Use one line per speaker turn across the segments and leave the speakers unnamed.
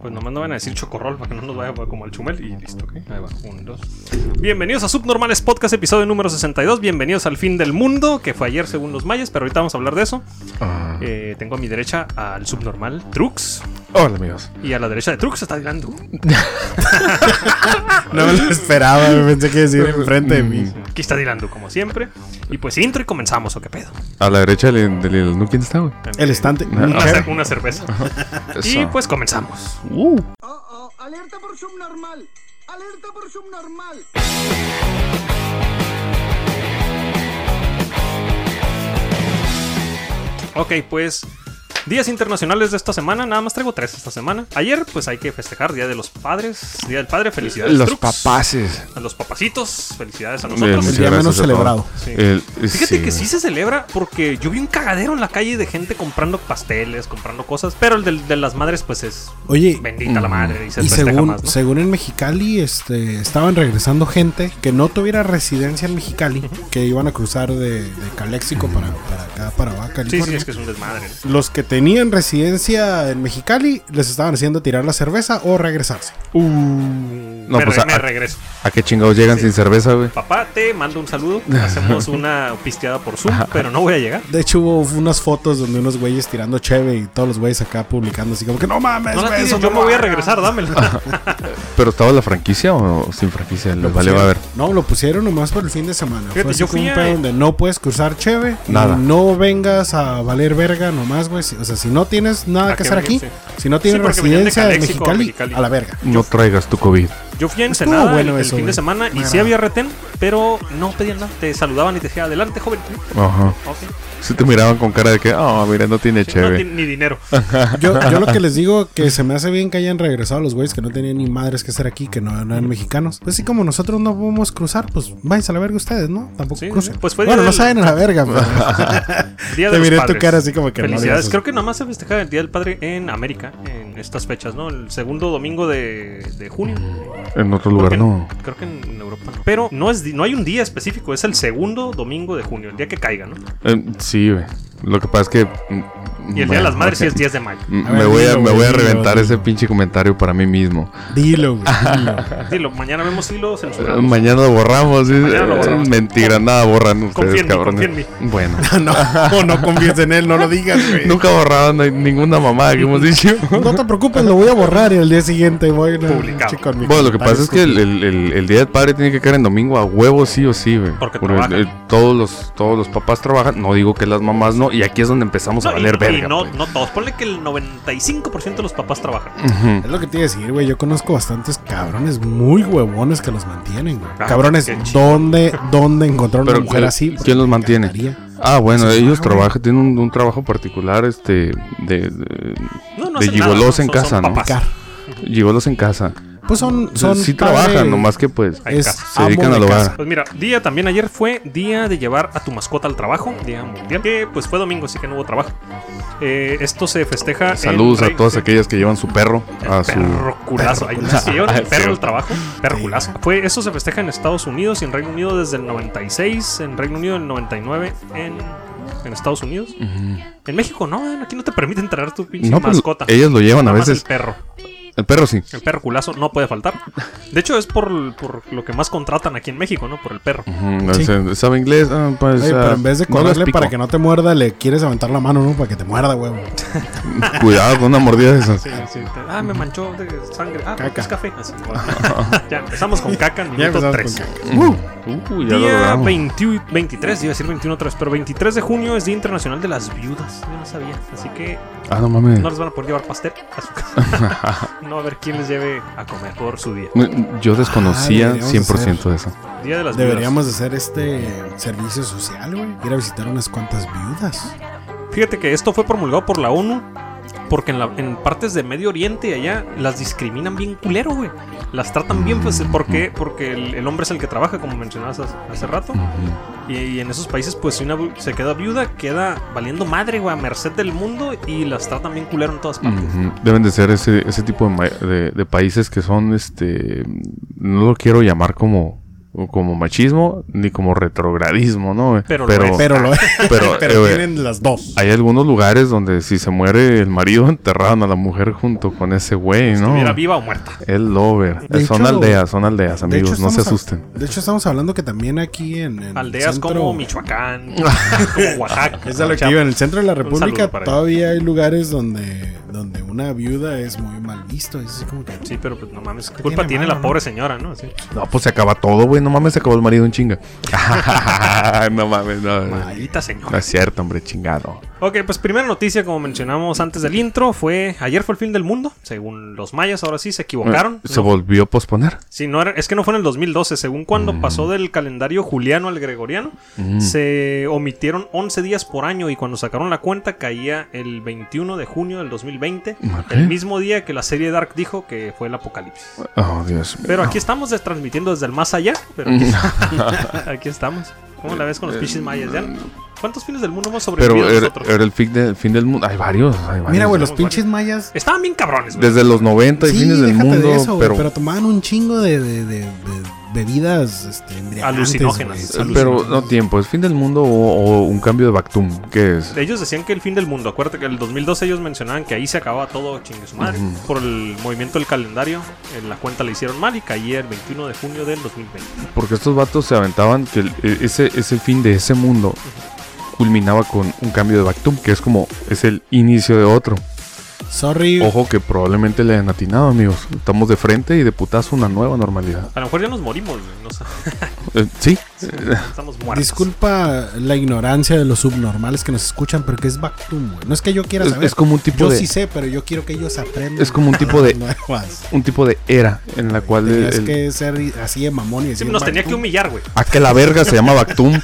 Pues nomás no van a decir chocorrol para que no nos vaya como al chumel y listo, ok. Ahí va, un, dos. Bienvenidos a Subnormales Podcast, episodio número 62. Bienvenidos al fin del mundo, que fue ayer según los mayas, pero ahorita vamos a hablar de eso.
Ah.
Eh, tengo a mi derecha al subnormal Trux
Hola amigos.
y a la derecha de Trux está Dylan
No me lo esperaba, pensé que
Pues,
decir enfrente de mí.
Aquí está Dylan como siempre. Y pues intro y comenzamos, ¿o qué pedo?
A la derecha del, del, del- ¿no? ¿Quién está, güey?
El estante. mi
Una,
jefe.
cer- una cerveza. Y
Eso.
pues comenzamos.
Uh,
Oh, oh, alerta por subnormal. Alerta por subnormal.
Ok, pues días internacionales de esta semana. Nada más traigo tres esta semana. Ayer, pues hay que festejar Día de los Padres. Día del Padre, felicidades.
Los
Trux.
papaces.
A los papacitos, felicidades a
Bien,
nosotros.
muchas
día
gracias a
menos
todos.
celebrado.
Sí.
El- eh,
Fíjate que sí
güey.
se celebra porque yo vi un cagadero en la calle de gente comprando pasteles, comprando cosas, pero el del- de las madres pues es
Oye,
bendita la madre y se
y
festeja
según,
más. ¿no?
según en Mexicali, este, estaban regresando gente que no tuviera residencia en Mexicali, que iban a cruzar de, de Calexico para, para acá, para Baja
Sí,
California.
sí, es que es un desmadre. ¿no?
Los que tenían residencia en Mexicali les estaban haciendo tirar la cerveza o regresarse.
No,
me,
pues
re-
a,
me
a-
regreso.
¿a qué chingados llegan sin cerveza, güey?
Papá, te mando un saludo. Hacemos una pisteada por Zoom, pero no voy a llegar.
De hecho, hubo unas fotos donde unos güeyes tirando cheve y todos los güeyes acá publicando así como que no mames,
No la
güey,
tires,
eso
yo
no
me
lo
voy a
hagan".
regresar, dámelo.
¿Pero estaba la franquicia o sin franquicia?
Lo
Les vale, va a ver.
pusieron- No, lo pusieron nomás por el fin de semana.
Fíjate,
Fue así
yo
como
fui
un
a-
pedo donde no puedes cruzar cheve. y
Nada.
No vengas a valer verga nomás, güey. Si- O sea, si no tienes nada
¿A
que
qué
hacer
venir?
aquí,
Sí.
si no tienes
Sí, porque venían de
residencia en
Calexico a
Mexicali,
Mexicali.
a la verga.
No traigas tu COVID.
Yo fui a
Estuvo
Ensenada
bueno
el, el
eso, eh.
fin de
güey.
semana y
Me
sí
agrada.
había retén, pero no pedían nada. Te saludaban y te decían, adelante, joven.
Ajá.
Ok. Sí,
Si te miraban con cara de que, oh, mira, no tiene
no
chévere.
tiene ni dinero.
Yo, yo lo que les digo que se me hace bien que hayan regresado los güeyes que no tenían ni madres que hacer aquí, que no, no eran mexicanos. Pues así como nosotros no podemos cruzar, pues váyanse a la verga ustedes, ¿no? Tampoco
Sí,
crucen.
sí. Pues fue
bueno,
día
no
del-
saben a la verga, pues. pero...
Día de
Te
los
miré tu
Padres.
cara así como que no digas
Felicidades.
eso.
Creo que nomás se festeja el Día del Padre en América, en estas fechas, ¿no? El segundo domingo de, de junio.
En
Creo
otro
que
lugar
en-
no.
Creo que en Europa no. Pero no, es, di- no hay un día específico, es el segundo domingo de junio, el día que caiga, ¿no?
Eh, sí, güey. Lo que pasa es que...
Y el Día de las Madres sí es 10 de mayo.
A ver,
Me voy a,
dilo,
me voy a
dilo,
reventar
dilo.
ese pinche comentario para mí mismo.
Dilo, güey. dilo.
Dilo, mañana vemos hilos
Eh,
censurado.
Mañana lo borramos. ¿sí?
Mañana lo borramos.
Eh, Mentira, nada borran ustedes,
en mí,
cabrones.
confía
Bueno.
No, no confíes en él, no lo digas, güey.
Nunca borrado no hay ninguna mamada que hemos dicho.
No te preocupes, lo voy a borrar y al día siguiente voy a
Publicado.
Bueno, lo que pasa es que el, el- el- el día del padre tiene que caer en domingo a huevo, sí o sí, güey.
Porque trabajan.
eh, todos, los, todos los papás trabajan, no digo que las mamás no, y aquí es donde empezamos a
No, y-
valer
y
verga.
no,
pues.
no todos. Ponle que el 95% de los papás trabajan.
Ujú.
Es lo que te iba a decir, güey. Yo conozco bastantes cabrones muy huevones que los mantienen, güey.
Ah,
cabrones,
qué chido.
¿dónde, ¿dónde encontrar una
Pero,
mujer
¿quién-
así? Porque
quién los
me
mantiene?
encantaría.
Ah, bueno,
Eso es
ellos
raro,
trabajan, tienen un, un trabajo particular, este, de, de-
No, no
De
hacen nada,
gigolos
son-
en
son
casa, ¿no?
papás.
Car-
gigolos en casa.
Pues son. son
sí
padre-
trabajan, nomás que pues...
Ay,
es
casa.
Se dedican
amo
al
de
hogar.
casa.
Pues mira, día también ayer fue día de llevar a tu mascota al trabajo, día mundial, que pues fue domingo, así que no hubo trabajo. Eh, esto se festeja. en
Saludos a
Rey-
todas
sí.
aquellas que llevan su perro a su...
Perro culazo. Hay unos que llevan el
Ah,
perro
sí.
al trabajo. Perro
Sí.
culazo. Fue, eso se festeja en Estados Unidos y en Reino Unido desde el 96, en Reino Unido el 99, en, en Estados Unidos.
Ujú.
En México no, aquí no te permiten traer tu pinche
No, pues
mascota.
ellos lo llevan a
Nada más
veces.
El perro.
El perro sí.
El perro culazo no puede faltar. De hecho, es por, por lo que más contratan aquí en México, ¿no? Por el perro.
Ujú,
Sí.
se- ¿Sabe inglés? Ah, pues,
Oye, pero
ah,
en vez de
no les
correrle
pico.
para que no te muerda, le quieres aventar la mano, ¿no? Para que te muerda, güey.
Cuidado con una mordida de esas.
Ah, me manchó de sangre. Ah,
Caca.
es café. Así. ya empezamos con caca, minuto 3.
Uh, ya lo
Día
logramos.
20 23, iba a decir 21 otra vez, pero 23 de junio es Día Internacional de las Viudas. Yo no sabía. Así que
Ah, no mames.
no les van a poder llevar pastel a su casa. no va a ver quién les lleve a comer por su día.
Me- Yo desconocía
Ah, deberíamos
100% de eso.
Día de las
Deberíamos de hacer este servicio social, güey. Ir a visitar unas cuantas viudas.
Viudas. Fíjate que esto fue promulgado por la ONU. Porque en, la- en partes de Medio Oriente y allá las discriminan bien culero, güey. Las tratan bien, pues, ¿por qué? Porque el, el hombre es el que trabaja, como mencionabas hace, hace rato.
Ujú.
Y, y en esos países, pues si una vi- se queda viuda, queda valiendo madre, güey, a merced del mundo y las tratan bien culero en todas partes.
Ujú. Deben de ser ese, ese tipo de, ma- de- de países que son, este, no lo quiero llamar como como machismo ni como retrogradismo, ¿no? güey?
Pero lo
pero,
es.
Pero lo
Ah.
pero,
pero
Oh. eh, güey,
tienen las dos.
hay algunos lugares donde si se muere el marido enterraban a la mujer junto con ese güey, ¿no?
Estuviera viva o muerta.
El lover.
De
son
hecho-
aldeas, son aldeas,
De
amigos.
hecho,
no se
estamos a-
asusten.
de hecho, estamos hablando que también aquí en. en
Aldeas
centro-
como Michoacán, como Oaxaca.
Es a lo que iba, en el centro de la
saludo
República
para
todavía hay lugares donde, donde una viuda es muy mal visto. Es así como que.
Sí, pero pues no mames, ¿qué
¿Qué
culpa tiene,
tiene
la
malo,
pobre señora, ¿no? Sí.
No, pues se acaba todo, güey. No mames, se acabó el marido en chinga. no mames, no.
Maldita señora.
No es cierto, hombre, chingado.
Ok, pues primera noticia, como mencionamos antes del intro, fue ayer fue el fin del mundo, según los mayas, ahora sí se equivocaron.
Se
No,
volvió a posponer.
sí, no era- es que no fue en el 2012, según cuando
Mm.
pasó del calendario juliano al gregoriano, se omitieron 11 días por año y cuando sacaron la cuenta caía el 21 de junio del 2020,
Ok.
el mismo día que la serie Dark dijo que fue el apocalipsis.
Oh, Dios mío.
Pero aquí estamos des- transmitiendo desde el más allá, pero aquí, aquí estamos. ¿Cómo la ves con los pinches mayas? ya? ¿Cuántos fines del mundo hemos
Eh, Pero er,
sobrevivido
era,
nosotros?
era el fin, de- fin del mundo. Hay varios. hay varios.
Mira, güey, los
somos
pinches mayas.
Estaban bien cabrones, güey.
Desde los 90 y
Sí,
fines del
déjate
mundo.
de eso, güey.
pero,
Pero... tomaban un chingo de, de- de- de bebidas este, embriagantes,
Alucinógenas.
güey.
pero no tiempo. ¿Es fin del mundo o, o un cambio de Bactum? ¿Qué es?
Ellos decían que el fin del mundo, acuérdate que en el 2012 ellos mencionaban que ahí se acababa todo, chingue su madre. Por el movimiento del calendario, en la cuenta le hicieron mal y caía el 21 de junio del 2020.
Porque estos vatos se aventaban que el- e- ese, ese fin de ese mundo culminaba con un cambio de Bactum, que es como es el inicio de otro.
Sorry.
Ojo que probablemente le hayan atinado, amigos. Estamos de frente y de putazo una nueva normalidad.
A lo mejor ya nos morimos, güey, no sé,
Eh, sí,
estamos muertos.
Disculpa la ignorancia de los subnormales que nos escuchan, pero que es Bactum, güey. No es que yo quiera
Es-
saber.
es como un tipo
yo
de-
sí sé, pero yo quiero que ellos aprendan.
Es como un tipo de-
Nuevas.
un tipo de era en la cual el-
Tenías
el-
que ser así de mamón y
Sí,
decir
nos tenía que
Bactum.
humillar, güey.
a que la verga se llama Bactum.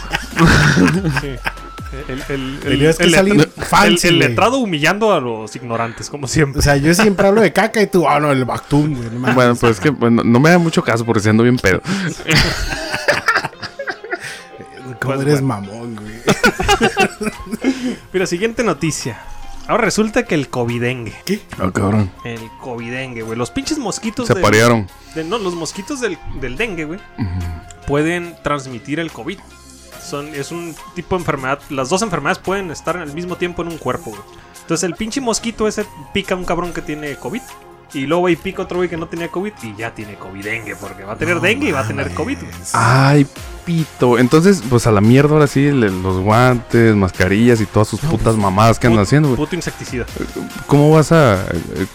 El, el- el-
Tenías que
el
salir
letra-
fancy,
el- el
güey.
letrado humillando a los ignorantes, como siempre.
O sea, yo siempre hablo de caca y tú, ah, no, el Bactum, güey. no mames.
bueno, pues es que bueno, no me da mucho caso porque siendo bien pedo.
¿Cómo
pues,
eres
bueno.
mamón, güey?
Mira, siguiente noticia. Ahora resulta que el covidengue.
Ah, cabrón.
El covidengue, güey. Los pinches mosquitos
Se
del-
parearon.
de- no, los mosquitos del, del dengue, güey. pueden transmitir el COVID. Son, es un tipo de enfermedad. Las dos enfermedades pueden estar al mismo tiempo en un cuerpo, güey. Entonces el pinche mosquito ese pica a un cabrón que tiene COVID. Y luego ahí pica otro güey que no tenía COVID y ya tiene COVID dengue, porque va a tener dengue y va a tener COVID. güey.
Ah, Ay, pito. Entonces, pues a la mierda ahora sí, le- los guantes, mascarillas y todas sus putas mamadas que andan
Put-
haciendo, güey.
Puto insecticida.
¿Cómo vas a eh,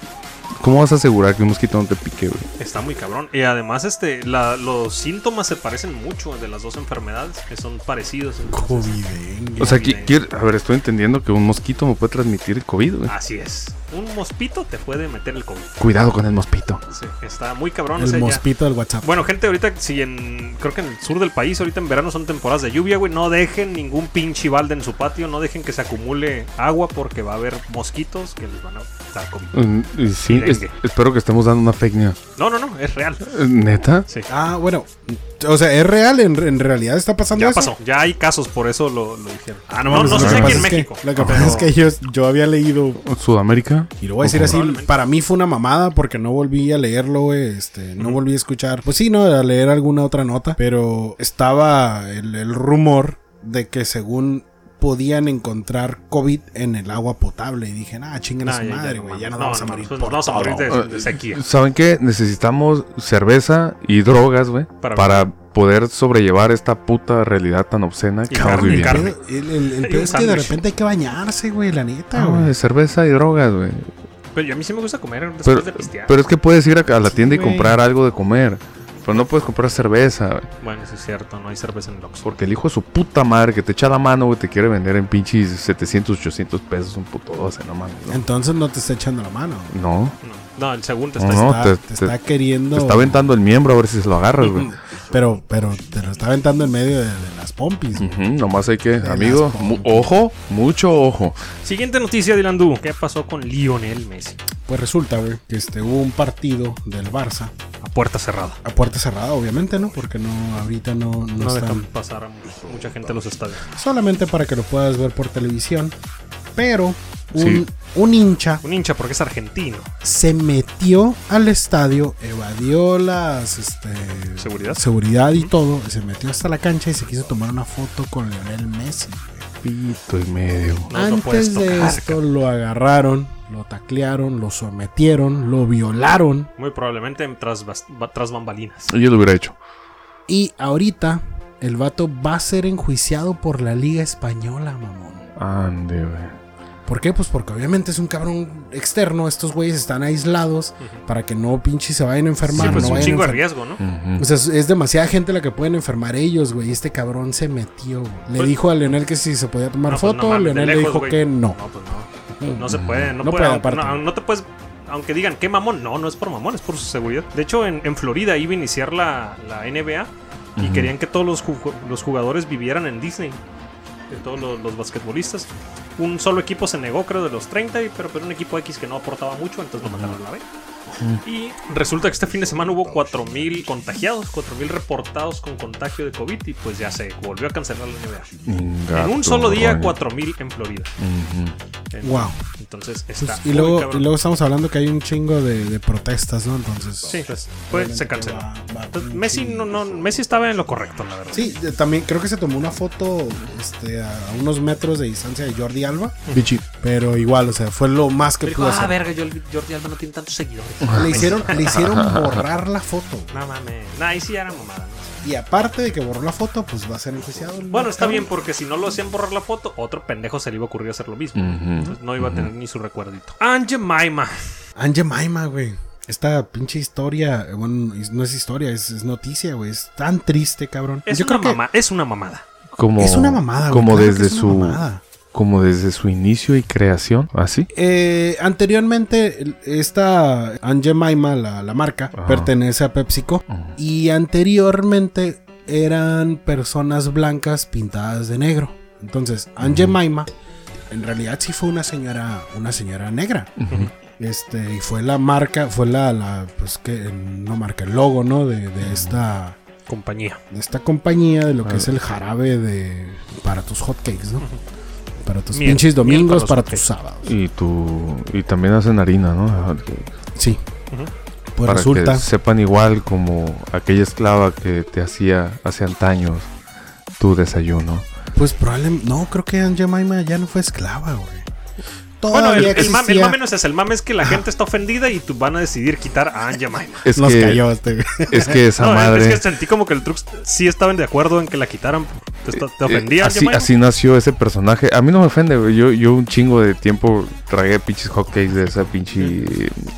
cómo vas a asegurar que un mosquito no te pique, güey?
Está muy cabrón. Y además, este, la- los síntomas se parecen mucho de las dos enfermedades, que son parecidos. entonces-
Covidengue.
O sea,
bien.
qui- quiero- a ver, estoy entendiendo que un mosquito me puede transmitir el COVID, güey.
Así es. Un mosquito te puede meter el COVID.
Cuidado con el mosquito.
Sí, está muy cabrón. ese
El
ya-
mosquito del WhatsApp.
Bueno, gente, ahorita si en creo que en el sur del país ahorita en verano son temporadas de lluvia, güey, no dejen ningún pinche balde en su patio, no dejen que se acumule agua porque va a haber mosquitos que les van a dar COVID.
Mm, y Sí,
dengue.
es- espero que estemos dando una fake news.
No, no, no, es real.
Eh, ¿Neta?
Sí.
Ah, bueno. O sea, ¿es real? ¿En, en realidad está pasando
Ya
eso?
pasó, ya hay casos, por eso lo, lo dijeron. Ah, no, no,
mames,
no
lo
sé
que
si aquí
pasa
en
es que-
México.
lo que pasa es que yo, yo había leído,
Sudamérica.
y lo voy a decir así, para mí fue una mamada porque no volví a leerlo, güey, este, no volví a escuchar, pues sí, no, a leer alguna otra nota, pero estaba el, el rumor de que según podían encontrar COVID en el agua potable y dije, ah, chinguen a
Ah,
su
ya, ya,
madre,
no
güey,
mames.
ya no
No,
vamos a
no,
morir
pues
por
nos vamos a morir
todo".
de- de sequía.
¿Saben qué? Necesitamos cerveza y drogas, güey,
Para-
para, poder sobrellevar esta puta realidad tan obscena que estamos
carne,
El
viviendo.
carne.
pedo- El, el- el
Y
pedo
un
es que de
sándwich.
repente hay que bañarse, güey, la neta,
Ah,
güey.
güey, cerveza y drogas, güey.
Pero yo- a mí sí me gusta comer después
Pero,
de pistear.
pero es que puedes ir a, a la
Sí,
tienda y
güey.
comprar algo de comer. Pero no puedes comprar cerveza, güey.
Bueno, sí es cierto, no hay cerveza en el Oxxo.
Porque el hijo de su puta madre que te echa la mano, güey, te quiere vender en pinches 700, 800 pesos un puto 12, no mames. ¿no?
Entonces no te está echando la mano. güey.
No,
No, no, el segundo está
No, no,
Está-
te,
te,
te-
está queriendo.
te está aventando el miembro a ver si se lo agarras,
Mm.
güey.
Pero, pero te lo está aventando en medio de, de las pompis. güey.
Ujú, nomás hay que,
las
amigo, mu-
pongo.
ojo, mucho ojo.
Siguiente noticia, Dylan Du. ¿Qué pasó con Lionel Messi?
Pues resulta, güey, que este, hubo un partido del Barça.
A puerta cerrada.
A puerta cerrada, obviamente, ¿no? Porque no, ahorita no, no,
No dejan
están.
pasar a mucha gente a los estadios.
Solamente para que lo puedas ver por televisión. Pero un,
Sí.
un hincha
Un hincha porque es argentino.
se metió al estadio, evadió las este,
¿Seguridad?
seguridad y todo, se metió hasta la cancha y se quiso tomar una foto con Lionel Messi.
Pito y medio.
No lo puedes
Antes de
tocar.
esto lo agarraron, lo taclearon, lo sometieron, lo violaron
Muy probablemente en tras, bas- ba- tras bambalinas.
Yo lo hubiera hecho.
y ahorita el vato va a ser enjuiciado por la Liga Española, mamón.
Ande, güey.
¿Por qué? Pues porque obviamente es un cabrón externo, estos güeyes están aislados para que no pinche se vayan a enfermar.
Sí, pues,
es
no
un
vayan a
chingo de
enfer-
riesgo, ¿no?
Ujú.
O sea, es- es demasiada gente la que pueden enfermar ellos, güey. y Este cabrón se metió. güey. Le
Pues-
dijo a Leonel que si se podía tomar
No, pues,
foto,
no mames, de
Leonel le
lejos,
dijo
güey.
que no.
No, pues no. No se puede. No, puede,
No puede,
aunque-
aparte.
no, no te puedes. Aunque digan, qué mamón. No, no es por mamón, es por su seguridad. De hecho, en, en Florida iba a iniciar la, la NBA y
Ujú.
querían que todos los, ju- los jugadores vivieran en Disney. De todos los, los basquetbolistas. Un solo equipo se negó, creo, de los 30, y- pero, pero un equipo X que no aportaba mucho, entonces lo mandaron a la B. Y resulta que este fin de semana hubo 4.000 contagiados, 4.000 reportados con contagio de COVID y pues ya se volvió a cancelar la NBA.
Ingato,
en un solo día,
roña.
4.000 en Florida.
Ujú.
En-
Wow.
Entonces
Pues,
está.
y,
muy
luego,
cabrón.
y luego estamos hablando que hay un chingo de, de protestas, ¿no? Entonces.
Sí, pues, fue-
obviamente
se canceló.
va- va
Entonces,
pinche-
Messi, no, no, Messi estaba en lo correcto, la verdad.
Sí, de- también creo que se tomó una foto este, a unos metros de distancia de Jordi Alba. Pero igual, o sea, fue lo más que
Pero dijo,
pudo
ah,
hacer.
verga, yo- Jordi Alba no tiene tantos seguidores.
Le hicieron, le hicieron borrar la foto.
No mames. Nah, ahí sí ya era mamada. ¿no?
Y aparte de que borró la foto, pues va a ser enjuiciado. el
Bueno, está
cabrón.
bien, porque si no lo hacían borrar la foto, otro pendejo se le iba a ocurrir hacer lo mismo.
Ujú.
Entonces no iba a tener ni su recuerdito. Ange Maima.
Aunt Jemima, güey. Esta pinche historia, eh, bueno, es- no es historia, es, es noticia, güey. Es tan triste, cabrón.
Es,
Yo
una
creo que
mamá, es una mamada.
Como,
es una mamada, güey,
Como
claro que
desde
es una
su.
mamada.
Como desde su inicio y creación. Así.
Eh, anteriormente, el- esta Aunt Jemima, la, la marca,
Ajá.
pertenece a PepsiCo.
Ujú.
Y anteriormente eran personas blancas pintadas de negro. Entonces, Aunt Jemima, en realidad sí fue una señora, una señora negra. Este, y fue la marca, fue la, la pues que, no marca, el logo, ¿no? De, de esta,
Compañía.
de esta compañía, de lo que es el jarabe de, para tus hotcakes, ¿no? Para tus
Miel, miel
pinches
para
domingos,
los
para,
hotcakes.
tus sábados.
Y tu. Y también hacen harina, ¿no?
Sí.
Ujú.
Pues
Para
resulta.
que sepan igual como aquella esclava que te hacía hace antaños tu desayuno.
Pues probablemente. No, creo que Aunt Jemima ya no fue esclava, güey. Todavía
Bueno, el, el mame,
existía.
el mame no es ese. El mame es que la gente está ofendida y tú van a decidir quitar a Ange Maima.
Es
Nos
que,
cayó este, güey.
Es que esa
No, es-
madre.
es que sentí como que el Trux sí estaban de acuerdo en que la quitaran. Te, está- te
Eh,
ofendía Ange
así,
Maima.
así nació ese personaje. A mí no me ofende, güey. Yo, yo un chingo de tiempo tragué pinches hotcakes de esa pinche.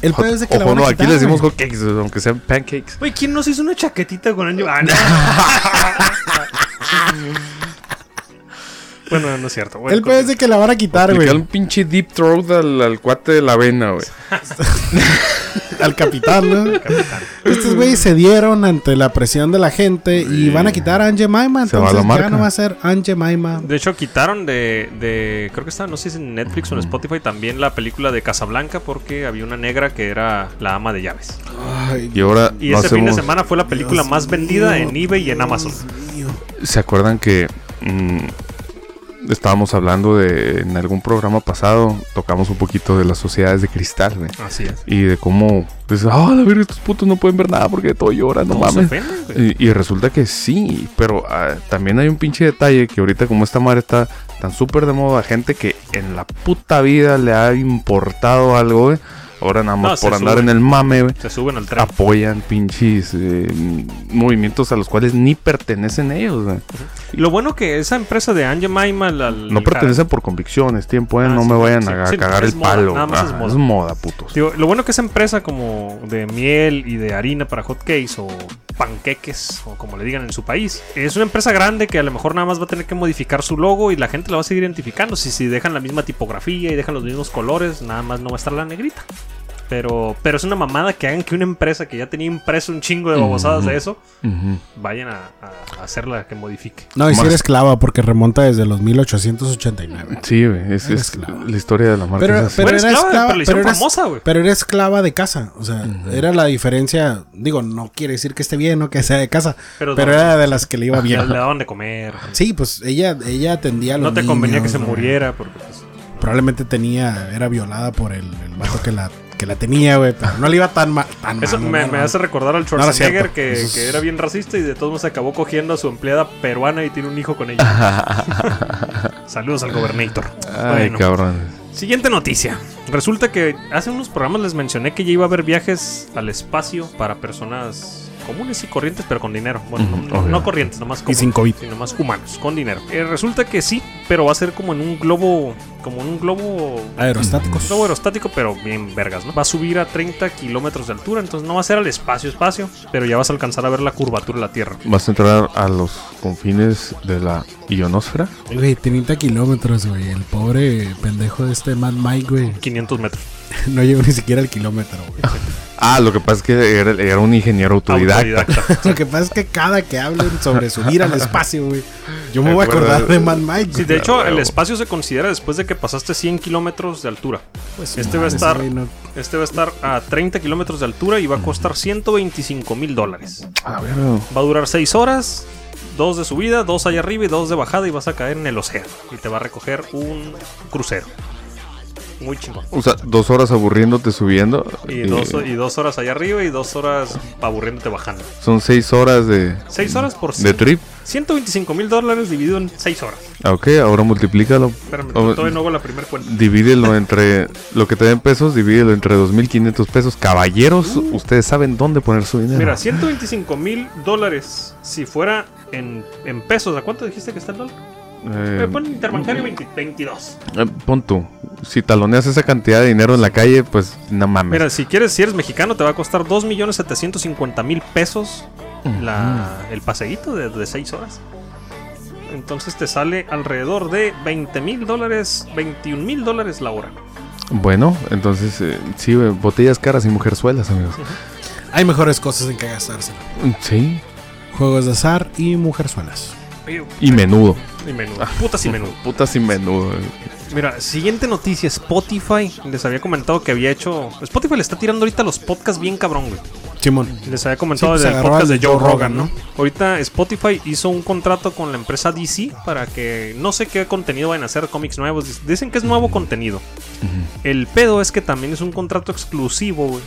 El
hot-
pedo es de que la
Ojo,
van a
no,
quitar,
aquí les decimos
güey.
hotcakes, aunque sean pancakes.
Güey, ¿quién nos hizo una chaquetita con Angie? Ah, no. bueno, no es cierto. Bueno,
El peor es de que la van a quitar,
Le
güey.
queda un pinche deep throat al, al cuate de la avena, güey.
al capitán, ¿no? Estos güeyes se dieron ante la presión de la gente y van a quitar a Aunt Jemima.
Se va
Entonces
la marca.
ya no va a ser Aunt Jemima.
De hecho, quitaron de, de- Creo que está, no sé si es en Netflix o en Spotify, también la película de Casablanca porque había una negra que era la ama de llaves.
Ay,
Y ahora
Y
lo
ese fin de
hacemos-
semana fue la película
Dios
más vendida
mío,
en eBay y en Amazon.
Dios mío.
¿Se acuerdan que mm, estábamos hablando de en algún programa pasado? Tocamos un poquito de las sociedades de cristal, güey.
Así es.
Y de cómo, pues, ah, la verga, estos putos no pueden ver nada porque de todo lloran, no,
No se
mames.
ofenden, güey.
Y, y resulta que sí, pero ah, también hay un pinche detalle que ahorita como esta madre está tan súper de moda, gente que en la puta vida le ha importado algo, güey. Ahora nada
No,
más
se
por andar
suben.
en el mame, güey
Se suben al tren.
apoyan pinches eh, movimientos a los cuales ni pertenecen ellos. güey.
Lo bueno que esa empresa de Angie Maima. La,
No
la-
pertenecen por convicciones, tiempo, eh,
Pues Ah,
no
sí,
me
sí,
vayan
sí.
a
Sí,
cagar
es
el
moda,
palo.
nada más
Ajá,
es
es,
moda.
moda. putos.
Digo, lo bueno que esa empresa como de miel y de harina para hotcakes o panqueques o como le digan en su país, es una empresa grande que a lo mejor nada más va a tener que modificar su logo y la gente la va a seguir identificando. Si, si dejan la misma tipografía y dejan los mismos colores, nada más no va a estar la negrita. Pero, pero es una mamada que hagan que una empresa que ya tenía impreso un chingo de babosadas de eso,
Ujú.
vayan a, a- a hacerla que modifique.
No, y si
Más-
era esclava porque remonta desde los 1889.
Sí, güey, es,
Eres
es
claro.
la historia de la marca.
Pero,
es así.
pero
Bueno,
era
esclava, pero
esclava,
la
pero,
hicieron
era,
famosa, güey.
pero era esclava de casa. O sea, era la diferencia. Digo, no quiere decir que esté bien o que sea de casa,
Pero
pero,
no.
era de las que le iba
Le,
bien.
le daban de comer.
Sí, pues ella, ella atendía a
No
los
te convenía que
niños,
se
¿no?
muriera porque pues, no
probablemente tenía, era violada por el, el vato que la, que la tenía, güey. Pero no le iba tan mal. Tan
Eso
mal,
me,
no,
me
no.
hace recordar al
era
Schwarzenegger
cierto.
que,
Eso es-
que era bien racista y de todos modos acabó cogiendo a su empleada peruana y tiene un hijo con ella. Saludos al gobernator.
Ay,
Bueno.
cabrón.
Siguiente noticia. Resulta que hace unos programas les mencioné que ya iba a haber viajes al espacio para personas comunes y corrientes, pero con dinero. Bueno, no-
Ujú,
no,
obvio.
no corrientes, nomás
Y
comunes,
sin COVID.
sino más humanos, con dinero. Eh, resulta que sí, pero va a ser como en un globo, como en un globo
Aerostáticos.
un globo aerostático, pero bien vergas, ¿no? Va a subir a 30 kilómetros de altura, entonces no va a ser al espacio, espacio, pero ya vas a alcanzar a ver la curvatura de la Tierra.
Vas a entrar a los confines de la ionosfera.
Güey, 30 kilómetros, güey. El pobre pendejo de este Mad Mike, güey.
500 metros.
No llegó ni siquiera el kilómetro, güey.
Ah, lo que pasa es que era, era un ingeniero autodidacta.
Autodidacta.
Lo que pasa es que cada que hablen sobre subir al espacio, güey, yo me voy a
Recuerda-
acordar de Mad Mike.
Sí,
güey.
de hecho,
huevo.
el espacio se considera después de que pasaste 100 kilómetros de altura. este va a
Ese
estar-
güey no-
Este va a estar a 30 kilómetros de altura y va a costar 125 mil dólares.
A ver,
Va a durar 6 horas, 2 de subida, 2 allá arriba y 2 de bajada y vas a caer en el océano. Y te va a recoger un crucero. Muy chingón.
o sea, dos horas aburriéndote subiendo. Eh,
Y
y
dos, y dos horas allá arriba y dos horas aburriéndote bajando.
Son seis horas de,
Seis horas por
de
cien-
trip.
125 mil dólares dividido en seis horas.
Ah, Ok, ahora multiplícalo.
Espérame,
O-
todavía no hago la primera cuenta.
Divídelo entre lo que te den pesos, divídelo entre 2.500 pesos. Caballeros, ustedes saben dónde poner su dinero.
Mm. Mira, 125 mil dólares si fuera en, en pesos. ¿A cuánto dijiste que está el dólar?
Eh,
Me pone interbancario 20 22.
eh, pon tú, si taloneas esa cantidad de dinero en la calle, pues no mames.
Mira, si quieres, si eres mexicano, te va a costar 2 millones 750 mil pesos la, el paseíto de, de 6 horas. Entonces te sale alrededor de 20 mil dólares, 21 mil dólares la hora.
Bueno, entonces, eh, sí, eh, botellas caras y mujerzuelas, amigos.
Hay mejores cosas en que gastárselo.
Sí,
Juegos de azar y mujerzuelas.
Oye,
y menudo.
Y menudo. Putas y menudo.
Putas y menudo. eh.
Ah. Mira, siguiente noticia. Spotify. Les había comentado que había hecho. Spotify le está tirando ahorita los podcasts bien cabrón, güey.
Simón.
Les había comentado
Sí, pues,
del
agarró
podcast de
al
Joe
Joe
Rogan,
Rogan,
¿no? Ahorita Spotify hizo un contrato con la empresa DC para que no sé qué contenido van a hacer, cómics nuevos. Dic- Dicen que es nuevo contenido. El pedo es que también es un contrato exclusivo, güey,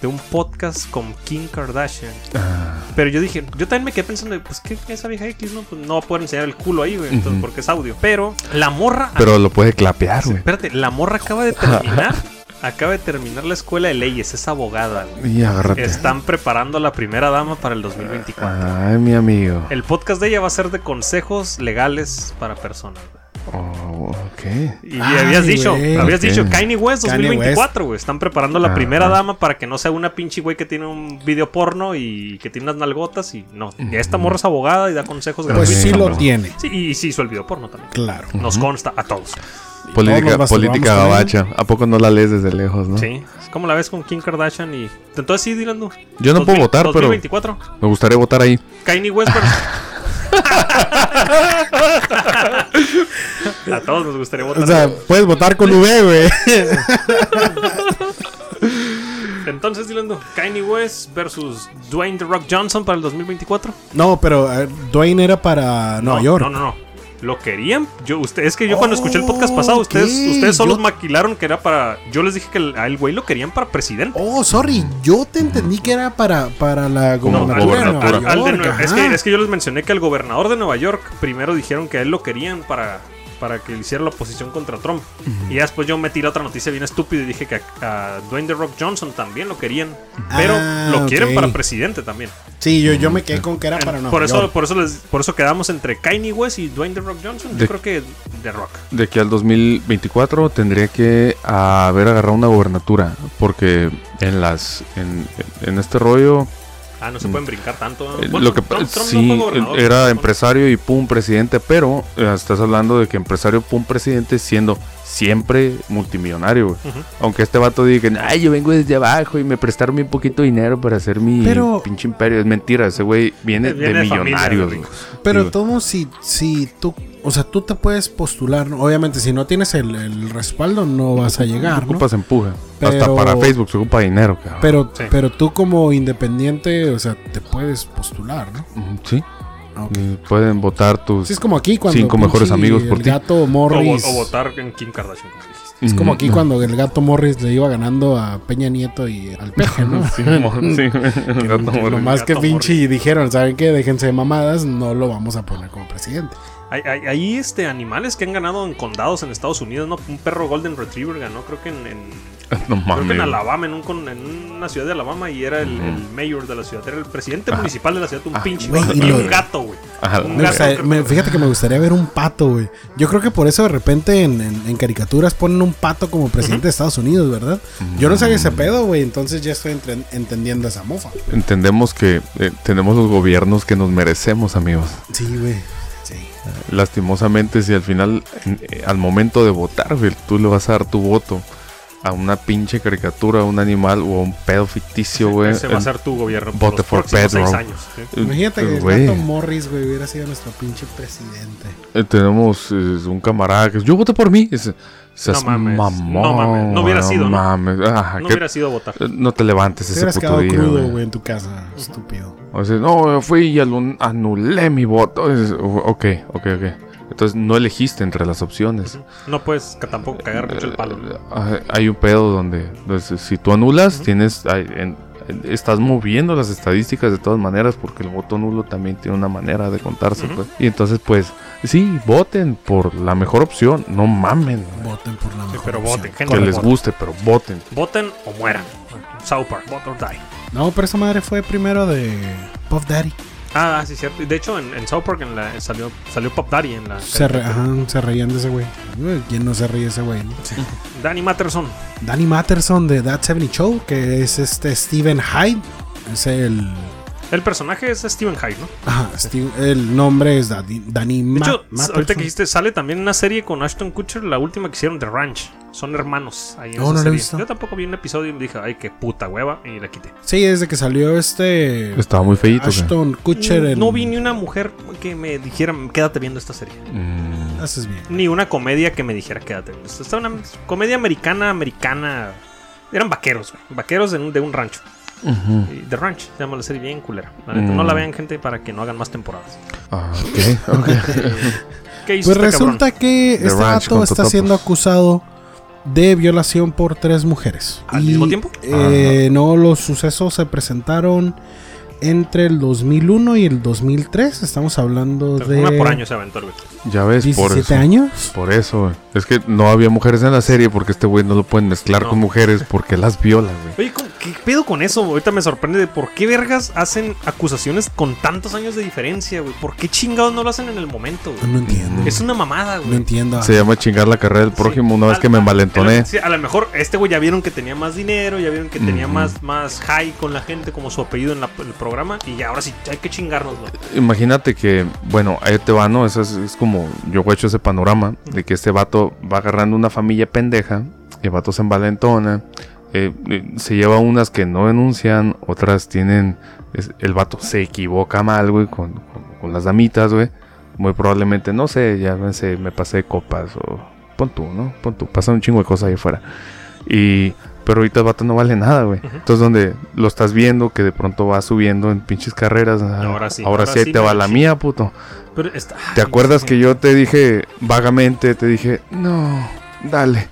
de un podcast con Kim Kardashian.
Ah.
Pero yo dije, yo también me quedé pensando, pues que esa vieja X no, pues, no va a poder enseñar el culo ahí, güey, entonces,
Ujú.
porque es audio. Pero la morra
Pero lo puede clapear, güey.
Espérate, la morra acaba de terminar. acaba de terminar la escuela de leyes, es abogada. güey.
Y agárrate.
Están preparando a la primera dama para el 2024.
Ay, mi
Ah.
amigo.
El podcast de ella va a ser de consejos legales para personas. güey.
Oh, ok.
Eh. Y
Ay,
habías dicho,
güey.
habías
Ok.
dicho Kanye West
Kanye
2024, güey. Están preparando a la
Ah,
primera
ah.
dama para que no sea una pinche güey que tiene un video porno y que tiene unas nalgotas y no. Y esta morra es abogada y da consejos
Pues
gratuitos.
sí lo
Simón.
tiene.
Sí, y sí hizo el video porno también.
Claro.
Nos consta a todos.
Todos
Política,
nos
política
masturbamos con
gabacha. ¿A poco no la lees desde lejos, no?
Sí. ¿Cómo la ves con Kim Kardashian y. Entonces sí, Dylan, no.
Yo no puedo
2000-
votar, pero
2024.
me gustaría votar ahí.
Kanye West. versus- A todos nos gustaría votar.
O sea, puedes votar con V, güey.
Entonces, Dylan, no. Kanye West versus Dwayne The Rock Johnson para el 2024.
No, pero a ver, Dwayne era para Nueva
no,
York.
No, no, no. Lo querían. Yo, usted, es que yo cuando escuché el podcast
Oh,
pasado, ustedes,
ok.
ustedes solos
Yo-
maquilaron que era para. Yo les dije que el- al güey lo querían para presidente.
Oh, sorry, yo te entendí que era para, para
No,
la
al-
gobernatura de
al-
Nueva
al- al de
York,
Nueva- es,
ajá.
Ah.
que, es que yo les mencioné que al gobernador de Nueva York primero dijeron que a él lo querían para, para que le hiciera la oposición contra Trump. Y ya después yo me tiré otra noticia bien estúpida y dije que a, a Dwayne The Rock Johnson también lo querían. Pero
Ah,
lo quieren
ok.
para presidente también.
Ah,
Sí, yo, yo me quedé con que era para Nueva
por, eso,
York.
por, eso les- por eso quedamos entre Kanye West y Dwayne The Rock Johnson. Yo
De-
creo que The Rock.
De aquí al 2024 tendría que haber agarrado una gobernatura. Porque en las. En, en este rollo.
Ah, no se pueden brincar tanto.
eh,
Bueno,
lo que pa-
Trump- Trump no
sí,
fue gobernador,
era
Trump-
empresario y pum, presidente. Pero eh, estás hablando de que empresario, pum, presidente, siendo siempre multimillonario. güey.
Ujú.
Aunque este vato diga, que, ay, yo vengo desde abajo y me prestaron un poquito de dinero para hacer mi
Pero-
pinche imperio. Es mentira, ese güey viene,
Viene
de
de familia,
millonarios.
de
güey.
Pero
Digo,
todo si, si tú, o sea, tú te puedes postular, ¿no? obviamente si no tienes el, el respaldo no vas a llegar, ¿no?
ocupas empuje. Hasta
Pero-
para Facebook se ocupa dinero, cabrón.
Pero,
Sí.
pero tú como independiente, o sea, te puedes postular, ¿no?
Ujú, Sí.
Ah, ok.
Ni pueden votar tus.
Sí, es como aquí cuando.
Cinco mejores
pinche
amigos por
el
ti.
gato
O, vo-
Morris.
o votar en Kim Kardashian, como dijiste.
Es como aquí
Ujú.
cuando el gato Morris le iba ganando a Peña Nieto y al peje, ¿no?
Sí, mon- sí, el gato
Lo
Morris.
más que
Gato
pinche y dijeron, ¿saben qué? Déjense de mamadas, no lo vamos a poner como presidente.
Hay, hay- hay, este, animales que han ganado en condados en Estados Unidos, ¿no? Un perro Golden Retriever ganó, creo que en, en- creo
No
que en
mames.
Alabama, en, un con- en una ciudad de Alabama, y era el, el mayor de la ciudad, era el presidente municipal de la ciudad, un
Ah,
pinche
güey,
vato,
y
era
lo-
un gato, güey.
Ajá.
Un
Me
gato,
gusta-
creo
me-
que-
fíjate que me gustaría ver un pato, güey. Yo creo que por eso de repente en, en- en caricaturas ponen un pato como presidente de Estados Unidos, ¿verdad? Yo no sabía ese
Mm.
pedo, güey, entonces ya estoy entre- entendiendo esa mofa.
Entendemos que eh, tenemos los gobiernos que nos merecemos, amigos.
Sí, güey. Sí.
Lastimosamente, si al final, en- eh, al momento de votar, güey, tú le vas a dar tu voto a una pinche caricatura, a un animal o a un pedo ficticio, güey.
Ese va a
en-
ser tu gobierno por
Vote
los
for
próximos
Pedro.
seis años. ¿sí?
Imagínate que el
Mm, Güey.
gato Morris, güey, hubiera sido nuestro pinche presidente.
Eh, tenemos eh, un camarada que yo voté por mí. Es, seas
No mames,
mamón,
no mames, no hubiera sido, ¿no?
mames. Ah,
No
que-
hubiera sido votar.
eh, no te levantes
Te
ese
hubieras
puto
quedado
día.
crudo,
güey.
güey, en tu casa, estúpido.
O sea, no, yo fui y alun- anulé mi voto. Es- ok, ok, ok. Entonces no elegiste entre las opciones.
No puedes ca- tampoco cagar mucho el palo. ¿no?
Ah, Hay un pedo donde entonces, si tú anulas, tienes hay- en- en- estás moviendo las estadísticas de todas maneras porque el voto nulo también tiene una manera de contarse. pues. Y entonces, pues, sí, voten por la mejor opción. No mamen.
Voten por la mejor
pero
opción.
voten, gente.
Que les
voten.
guste, pero voten.
Voten o mueran. South Park, vote or die.
No, pero esa madre fue primero de Puff Daddy.
Ah, ah, sí, cierto. Y De hecho, en, en South Park en la- salió, salió Pop Daddy en la.
Se, re- ajá, se reían de ese güey. Uy, ¿Quién no se ríe de ese güey? no?
Danny Matterson.
Danny Matterson de That 70 Show, que es este Steven Hyde. Es el.
El personaje es Steven Hyde, ¿no?
Ajá, Steve- el nombre es Dadi- Danny
De
Ma-
hecho,
Matterson.
ahorita que dijiste, sale también una serie con Ashton Kutcher, la última que hicieron de Ranch. Son hermanos. Ahí en
Oh, No,
esa
no la he
serie.
visto.
Yo tampoco vi un episodio y dije, ay, qué puta hueva, y la quité.
Sí, desde que salió este.
Estaba muy feíto. güey.
Ashton Kutcher. en-
No vi ni una mujer que me dijera, quédate viendo esta serie.
Mm,
Haces bien.
Ni una comedia que me dijera, quédate viendo esta. Esta era una comedia americana, americana. Eran vaqueros, güey. Vaqueros de un, de un rancho.
ujú.
Y The Ranch, se llama la serie bien culera. La neta,
Mm.
No la vean, gente, para que no hagan más temporadas.
Ah, ok, ok.
¿Qué hizo
Pues
este cabrón?
resulta que
The
este
Ranch
vato
con
está
totopos.
siendo acusado de violación por tres mujeres.
¿Al mismo tiempo?
eh, no, los sucesos se presentaron entre el 2001 y el 2003. Estamos hablando de.
Una por año se aventó el güey.
Ya ves, por
17
eso.
años.
Por eso, güey. es que no había mujeres en la serie porque este güey no lo pueden mezclar
No.
con mujeres porque las viola, güey.
Oye, ¿cómo- ¿qué pedo con eso? Ahorita me sorprende de por qué vergas hacen acusaciones con tantos años de diferencia, güey. ¿Por qué chingados no lo hacen en el momento, güey?
Ah, No entiendo.
Es una mamada,
No
güey.
entiendo.
Se llama chingar la carrera del prójimo
Ah. Sí.
una vez
Al-
que me
a-
envalentoné.
el- sí, a lo mejor este güey ya vieron que tenía más dinero, ya vieron que tenía
Ujú.
más, más high con la gente, como su apellido en, la- en el programa, y ya ahora sí hay que chingarnos, güey.
Imagínate que, bueno, ahí te va, ¿no? Eso es, es como yo he hecho ese panorama de que este vato va agarrando una familia pendeja, el vato se envalentona, eh, eh, se lleva unas que no denuncian, otras tienen, es- el vato se equivoca mal, güey, con, con- con las damitas, güey. Muy probablemente, no sé, ya no sé, me pasé de copas o pon tú, ¿no? Pon tú, pasa un chingo de cosas ahí afuera. Y. Pero ahorita el vato no vale nada, güey. Entonces, donde lo estás viendo, que de pronto va subiendo en pinches carreras. ah,
Ahora sí,
Ahora,
ahora
sí, ahí
sí
te
me
va
la
la
chingo.
mía, puto.
Pero está-
¿Te
ay,
acuerdas
sí.
que yo te dije vagamente, te dije, no, dale?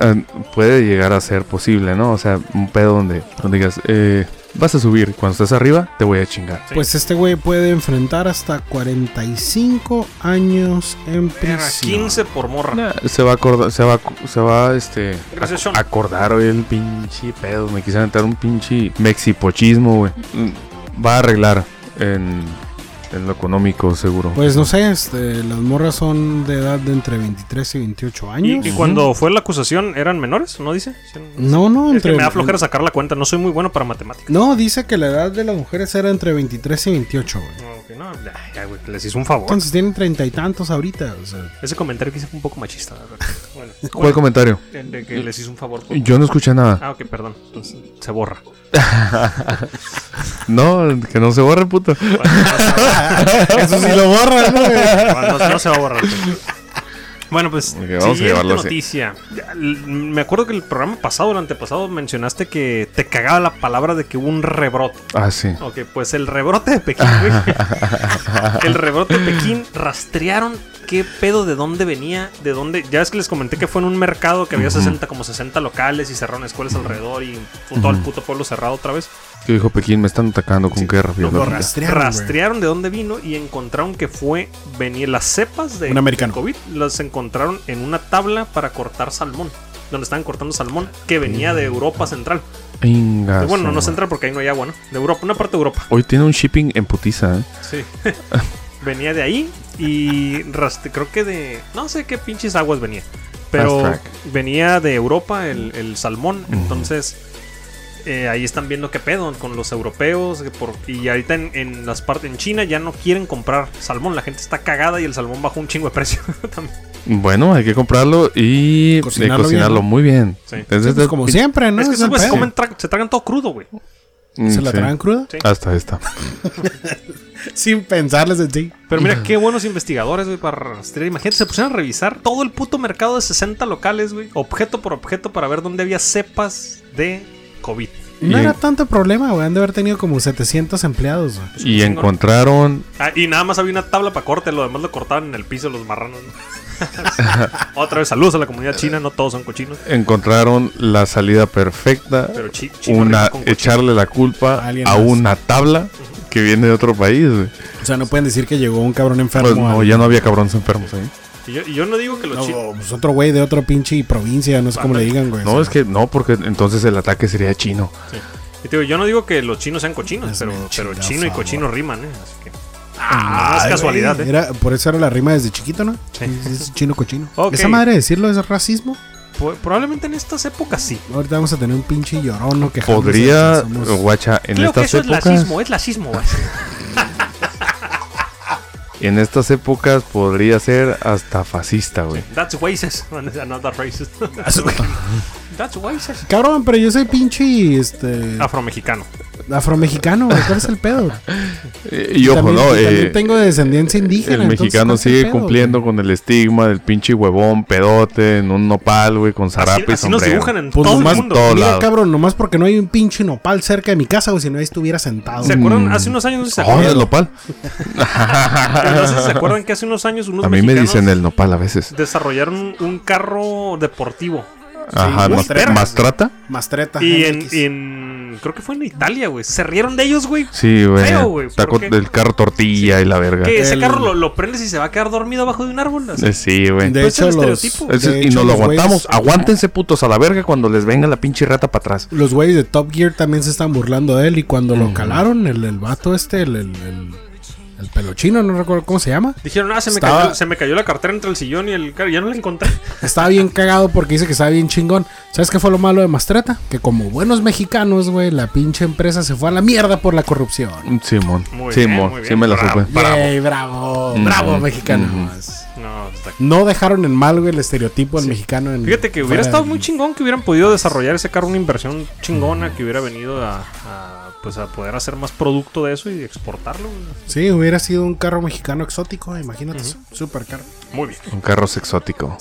Ah, puede llegar a ser posible, ¿no? O sea, un pedo donde, donde digas, eh, vas a subir, cuando estés arriba, te voy a chingar.
Pues este güey puede enfrentar hasta 45 años en
Era
prisión.
15 por morra.
Nah, se va a acordar, se va, a cu- se va, este,
Gracias, Sean.
acordar hoy el pinche pedo. Me quise aventar un pinche mexipochismo, güey. Mm, Va a arreglar en, en lo económico, seguro.
Pues no sé, este, las morras son de edad de entre 23 y 28 años.
¿Y, y cuando fue la acusación eran menores? ¿No dice? Sí, no-
No, no,
Es que
entre.
me da flojera sacar la cuenta, no soy muy bueno para matemáticas.
No, dice que la edad de las mujeres era entre 23 y 28, güey.
No, ok, no, ya, ya, güey, les hice un favor.
Entonces tienen treinta y tantos ahorita. O sea,
Ese comentario que hice fue un poco machista, la verdad. Bueno,
¿Cuál comentario?
de- de que les hice un favor. por-
Yo no escuché nada.
Ah, ok, perdón. Entonces, Se borra.
No, que no se borre, puto.
eso sí lo borran, ¿no? güey?
No, no, no se va a borrar. pues. Bueno, pues
Ok, vamos a
siguiente
llevarlo así.
noticia. Ya, l- Me acuerdo que el programa pasado, el antepasado, mencionaste que te cagaba la palabra de que hubo un rebrote.
Ah, sí.
Ok, pues el rebrote de Pekín, güey. el rebrote de Pekín rastrearon qué pedo de dónde venía, de dónde. Ya es que les comenté que fue en un mercado que había 60, como 60 locales y cerraron escuelas alrededor y fu- todo el puto pueblo cerrado otra vez.
Que dijo Pekín, me están atacando con guerra
Lo
biológica.
rastrearon,
Rastrearon,
rastrearon de dónde vino y encontraron que fue venir las cepas de
Un americano.
del COVID. Las encontraron en una tabla para cortar salmón. Donde estaban cortando salmón que venía de Europa Central.
Inga
bueno,
su
no
madre.
central porque ahí no hay agua, ¿no? De Europa, una parte de Europa.
Hoy tiene un shipping en putiza, ¿eh?
Sí. venía de ahí y rast- creo que de. No sé qué pinches aguas venía. Pero
Fast
venía de Europa el, el salmón. Entonces. eh, ahí están viendo qué pedo con los europeos que por- y ahorita en, en las partes en China ya no quieren comprar salmón, la gente está cagada y el salmón bajó un chingo de precio también.
Bueno, hay que comprarlo y eh,
Cocinarlo
cocinarlo,
bien, ¿no?
muy bien.
Sí.
Entonces,
Sí, pues, como
pin-
siempre, ¿no?
es que pues
Es el
esos güeyes
pedo.
comen tra- se tragan todo crudo, güey.
Mm,
¿Se la
sí.
traen cruda?
Sí.
Hasta esta.
Sin pensarles en sí.
Pero mira qué buenos investigadores, güey, para rastrear. Imagínate, se pusieron a revisar todo el puto mercado de 60 locales, güey, objeto por objeto para ver dónde había cepas de COVID.
No
Y-
era tanto problema, güey. Han de haber tenido como 700 empleados, güey.
Y
chingón.
encontraron
Ah, y nada más había una tabla para corte, lo demás lo cortaban en el piso los marranos. ¿no? Otra vez, saludos a la comunidad china, no todos son cochinos.
encontraron la salida perfecta.
Pero chi- chino
Una,
rico con cochino.
echarle la culpa
Alguien
a
más.
una tabla que viene de otro país. güey.
O sea, no pueden decir que llegó un cabrón enfermo.
Pues no,
al-
ya no había cabrones enfermos ahí.
Y yo, y yo no digo que los
No,
chinos.
pues otro güey de otro pinche provincia, no sé cómo le digan, güey.
No,
O
es
sea,
que no, porque entonces el ataque sería chino.
y te digo, yo no digo que los chinos sean cochinos,
Hazme
pero,
un
pero
chingado
chino y
favor.
cochino riman, ¿eh? Así que. Ah, no es
ay,
casualidad, ¿eh?
Era, por eso era la rima desde chiquito, ¿no?
Sí.
Es chino cochino.
Ok.
Esa madre de decirlo es racismo.
Pu- Probablemente en estas épocas sí.
Ahorita vamos a tener un pinche llorón, ¿no? Que
Podría, guacha, en
Creo que
estas
eso
épocas.
es lacismo, es lacismo, güey. ¿eh?
En estas épocas podría ser hasta fascista, güey.
That's racist. No, that's racist. That's racist.
Cabrón, pero yo soy pinche este,
Afromexicano.
afromexicano, güey. ¿Cuál es el pedo?
Eh, Y ojo,
también,
¿no?
y también
Eh,
tengo descendencia indígena.
el
entonces,
mexicano
¿cuál es el
sigue
pedo,
cumpliendo con el estigma del pinche huevón, pedote, en un nopal, güey, con
Así,
zarape y
así nos
sombrero.
dibujan en
Pues
todo el
nomás
mundo.
todo.
güey? Mira,
lado.
cabrón, nomás porque no hay un pinche nopal cerca de mi casa, o si no ahí estuviera sentado.
¿Se acuerdan? Hace unos años, no sé si ¿se
Oh,
acuerdan?
el nopal.
Pero no sé si ¿Se acuerdan que hace unos años unos
A mí me
mexicanos
dicen el nopal a veces.
desarrollaron un carro deportivo?
Ajá,
muy
mas-
perras.
¿Mastrata?
Mastreta.
Y en,
MX.
en- Creo que fue en Italia, güey. Se rieron de ellos, güey.
Sí,
Feo, güey,
güey. Taco
¿por qué?
del carro tortilla y la verga.
Que ese
El-
carro lo, lo prendes y se va a quedar dormido abajo de un árbol. así.
Eh, Sí, güey.
De
Pues es
hecho,
el
los,
estereotipo.
de
Ese- y
hecho,
nos lo
los güeyes-
aguantamos. Aguántense, putos, a la verga cuando les venga la pinche rata para atrás.
Los güeyes de Top Gear también se están burlando de él. Y cuando lo calaron, el, el vato este, el, el, el, el pelochino, no recuerdo cómo se llama,
Dijeron, ah, se me,
Estaba-
cayó, se me cayó la cartera entre el sillón y el carro. Ya no la encontré.
estaba bien cagado porque dice que estaba bien chingón. ¿Sabes qué fue lo malo de Mastreta? Que como buenos mexicanos, güey, la pinche empresa se fue a la mierda por la corrupción.
Simón.
Muy bien,
Simón.
muy bien.
Sí me la
Bravo. Mm-hmm.
supe.
Yay, bravo, bravo, mexicanos.
No, está
No dejaron en mal, güey, el estereotipo del mexicano. En,
Fíjate que
fuera
hubiera estado
del-
muy chingón que hubieran podido desarrollar ese carro una inversión chingona que hubiera venido a, a, pues a poder hacer más producto de eso y exportarlo. güey.
Sí, hubiera sido un carro mexicano exótico, imagínate, super caro.
Muy bien.
Un carro exótico.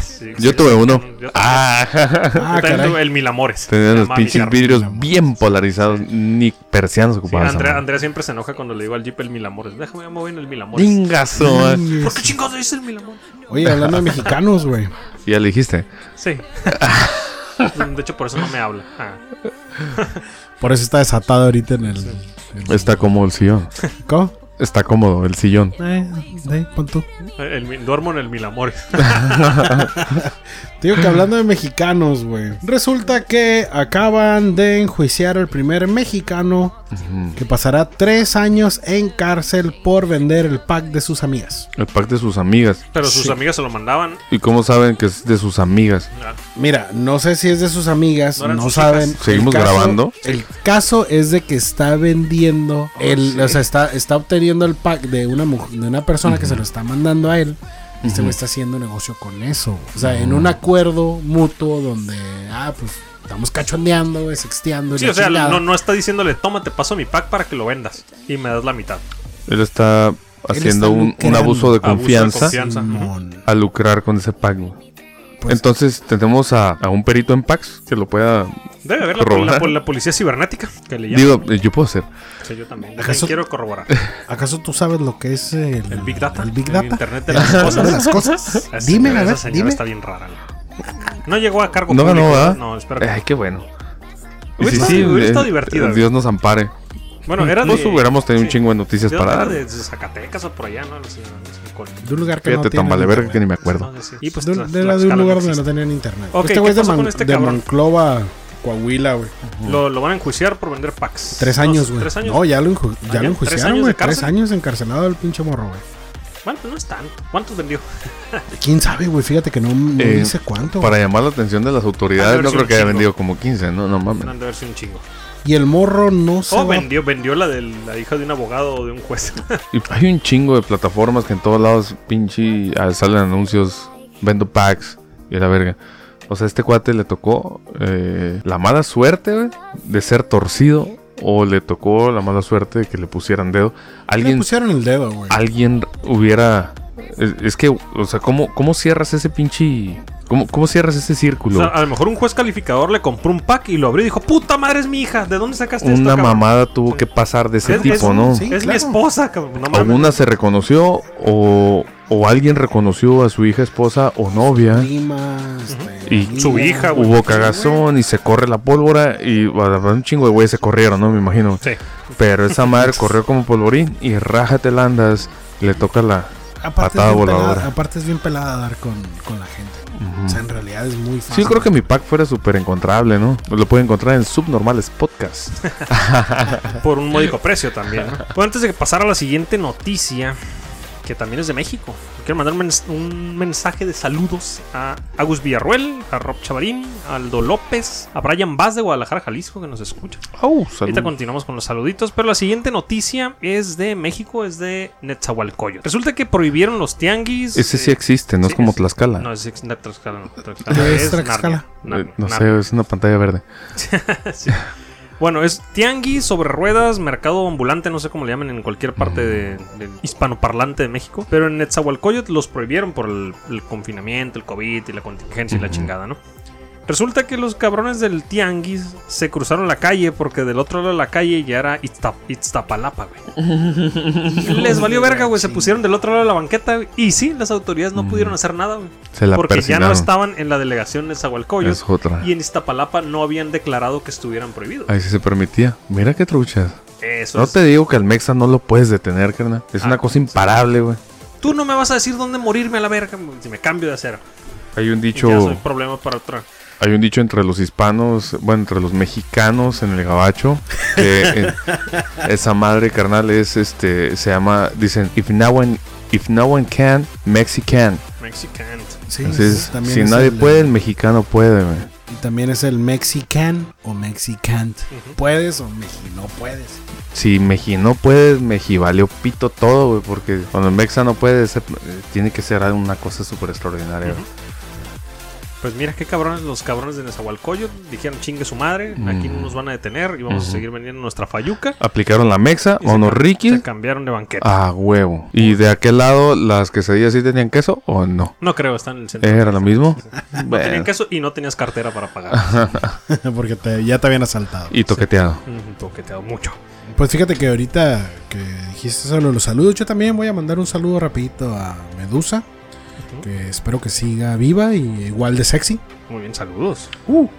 Sí,
Yo
sí,
tuve
sí,
uno.
yo también.
Ah,
Ah,
Yo también
caray.
tuve el Milamores.
tenía
Se
los
llamaba mi
pinches
carro.
vidrios bien polarizados. Ni persianos
Sí,
ocupaban.
Andrea, Andrea siempre se enoja cuando le digo al Jeep el Milamores. Déjame mover en el Milamores.
Dingazo.
eh. ¿Por qué chingados dice el Milamores?
Oye, hablando de mexicanos, güey.
Ya le dijiste.
Sí. de hecho, por eso no me habla. Ah.
Por eso está desatado ahorita en el. en-
Está cómodo el sillón.
¿Cómo?
Está cómodo el sillón.
Eh, eh, pon tú.
El mi- duermo en el Milamores.
Ah,
Te Digo que hablando de mexicanos, güey. Resulta que acaban de enjuiciar al primer mexicano que pasará tres años en cárcel por vender el pack de sus amigas.
El pack de sus amigas.
Pero sus
Sí.
amigas se lo mandaban.
¿Y cómo saben que es de sus amigas?
Ah,
Mira, no sé si es de sus amigas,
No
no,
eran sus
saben.
hijas.
¿Seguimos
El
grabando?
El caso es de que está vendiendo,
Oh,
el, o sea, está, está obteniendo el pack de una, muj- de una persona que se lo está mandando a él. y Este güey está haciendo negocio con eso. O sea,
Ah.
en un acuerdo mutuo donde, ah, pues estamos cachondeando, güey, sexteando. y
Sí,
la
o sea,
chingada.
no, no está diciéndole, toma, te paso mi pack para que lo vendas. Y me das la mitad.
Él está haciendo
está
un, un
lucrando.
abuso de
Abuso de
confianza
confianza.
Simón.
a lucrar con ese pack. güey.
Pues-
Entonces tenemos a, a un perito en PAX que lo pueda...
Debe haber la,
Corroborar.
la- la policía cibernética que le llaman.
Digo, eh, yo puedo hacer.
Sí, yo también.
¿Acaso-
Quiero corroborar.
¿Acaso tú sabes lo que es el,
El Big Data.
El Big
El
Data.
Internet de las
Internet
cosas.
de las cosas.
Esa
dime,
señora-
a ver,
esa señora
dime.
está bien rara. la- No llegó a cargo
No ganó,
público,
¿verdad?
No, espero que-
Ay, qué bueno.
Hubiera estado- hubiera
eh,
estado divertido,
eh,
güey.
Dios nos ampare.
Bueno, era
Nos
de-
hubiéramos tenido un
sí.
chingo de noticias
Yo
para
era
dar.
de de Zacatecas o por allá, ¿no? No sé, no sé, con-
De un lugar que
Fíjate,
no tiene
tan vale verga
internet.
que ni me acuerdo.
no sé si- Y pues
De un-
Tlax-
era de un
Tlaxcala
lugar
no
donde no
existe.
tenían internet.
Ok,
este güey
¿qué
es de,
pasó
Man-
con este
de
cabrón?
Monclova, Coahuila, güey.
lo, lo van a enjuiciar por vender packs.
Tres
No,
años, güey.
Tres años.
No, ya lo, enju-
Ah,
ya
ya,
lo
tres
enjuiciaron,
años
güey.
de
Tres
cárcel.
años encarcelado el pinche morro, güey.
Bueno, pues no es tanto. ¿Cuántos vendió?
¿Quién sabe, güey? Fíjate que no, no
Eh,
dice cuánto.
Para llamar la atención de las
Ha de
autoridades,
haber
no
sido
creo que haya
un chingo.
vendido como 15, no, no mames.
Han de verse un chingo.
güey. Y el morro no se
Oh,
va-
vendió, vendió la de la hija de un abogado o de un juez.
Y hay un chingo de plataformas que en todos lados, pinche, ah, salen anuncios, vendo packs y la verga. O sea, este cuate le tocó eh, la mala suerte güey, de ser torcido o le tocó la mala suerte de que le pusieran dedo.
Le
Alguien,
pusieron el dedo, güey.
alguien hubiera... Es, es que, o sea, ¿cómo, cómo cierras ese pinche... ¿Cómo, cómo cierras ese
O
círculo?
sea, ah, a lo mejor un juez calificador le compró un pack y lo abrió y dijo, puta madre es mi hija, ¿de dónde sacaste esto?
Una
este cabrón?
mamada tuvo que pasar de ese
Es-
tipo,
es-
¿no?
sí.
es mi
claro.
esposa, cabrón. No
O
mames.
una se reconoció o, o alguien reconoció a su hija, esposa o novia.
Prima, este,
Y
Su
niña.
hija, güey.
Hubo cagazón y se corre la pólvora y bueno, un chingo de güeyes se corrieron, ¿no? Me imagino.
Sí.
Pero esa madre corrió como polvorín y rájate la andas, le toca la...
Aparte
Patada
es, bien
voladora.
pelada, aparte es bien pelada dar con, con la gente. güey. O sea, en realidad es muy
Sí,
fácil.
Ah,
yo creo que mi pack fuera súper encontrable, ¿no? Lo puede encontrar en Subnormales Podcast.
Por un módico precio también. ¿no? Bueno, antes de pasar a la siguiente noticia, que también es de México, quiero mandar mens- un mensaje de saludos a Agus Villarruel, a Rob Chavarín, a Aldo López, a Brian Vaz de Guadalajara, Jalisco, que nos escucha.
Au,
Ahorita
Oh, salud.
continuamos con los saluditos, pero la siguiente noticia es de México, es de Netzahualcoyot. Resulta que prohibieron los tianguis.
Ese sí
eh,
existe, no
sí,
es como
es-
Tlaxcala.
No, es ex- no, Tlaxcala, no, Tlaxcala,
¿Qué es
es
Tlaxcala?
Narnia, Narnia,
Eh, no
Narnia.
sé, es una pantalla verde.
Sí. Bueno, es tianguis sobre ruedas, mercado ambulante, no sé cómo le llaman en cualquier parte
Mm.
de, del hispanoparlante de México. Pero en Netzahualcoyot los prohibieron por el, el confinamiento, el COVID y la contingencia y la chingada, ¿no? Resulta que los cabrones del tianguis se cruzaron la calle porque del otro lado de la calle ya era Ixta- Ixtapalapa, güey. Y Les valió verga, güey. Se pusieron del otro lado de la banqueta güey. y sí, las autoridades no pudieron hacer nada, güey.
Se Mm. la
Porque ya no
persinaron.
estaban en la delegación de Zahualcoyot
Es otra.
y en Iztapalapa no habían declarado que estuvieran prohibidos.
Ahí sí se permitía. Mira qué truchas.
Eso
No
es.
te digo que al Mexa no lo puedes detener, carnal. Es
Ah,
una cosa imparable, güey.
Tú no me vas a decir dónde morirme a la verga si me cambio de acera.
Hay un
Y Ya soy
dicho,
problema para otra.
hay un dicho entre los hispanos, bueno, entre los mexicanos en el gabacho, que eh, esa madre carnal es este se llama dicen if no one if no one can, Mexican.
Mexican.
Sí,
Entonces,
también
si
es
nadie
el-
puede, el mexicano puede, güey.
Y también es el Mexican o Mexicant. ¿Puedes o Mexi no puedes?
Si Meji no puede, Meji valió pito todo, güey, porque cuando el Mexa no puede, se- eh, tiene que ser una cosa súper extraordinaria. güey.
Pues mira qué cabrones los cabrones de Nezahualcóyotl dijeron chingue su madre,
Mm.
aquí no nos van a detener y vamos a
Ujú.
seguir vendiendo nuestra fayuca.
Aplicaron la Mexa,
Y se
o no
cam-
Ricky,
Se cambiaron de banqueta.
a huevo. ¿Y de aquel lado las quesadillas sí tenían queso o no?
No creo, están en el centro.
¿Era lo mismo? Eh. Ah.
Tenían
Bueno,
queso y no tenías cartera para pagar.
Porque te- ya te habían asaltado.
y toqueteado.
Mm, Toqueteado mucho.
Pues fíjate que ahorita que dijiste solo los saludos, yo también voy a mandar un saludo rapidito a Medusa. Que espero que siga viva y igual de sexy.
Muy bien, saludos.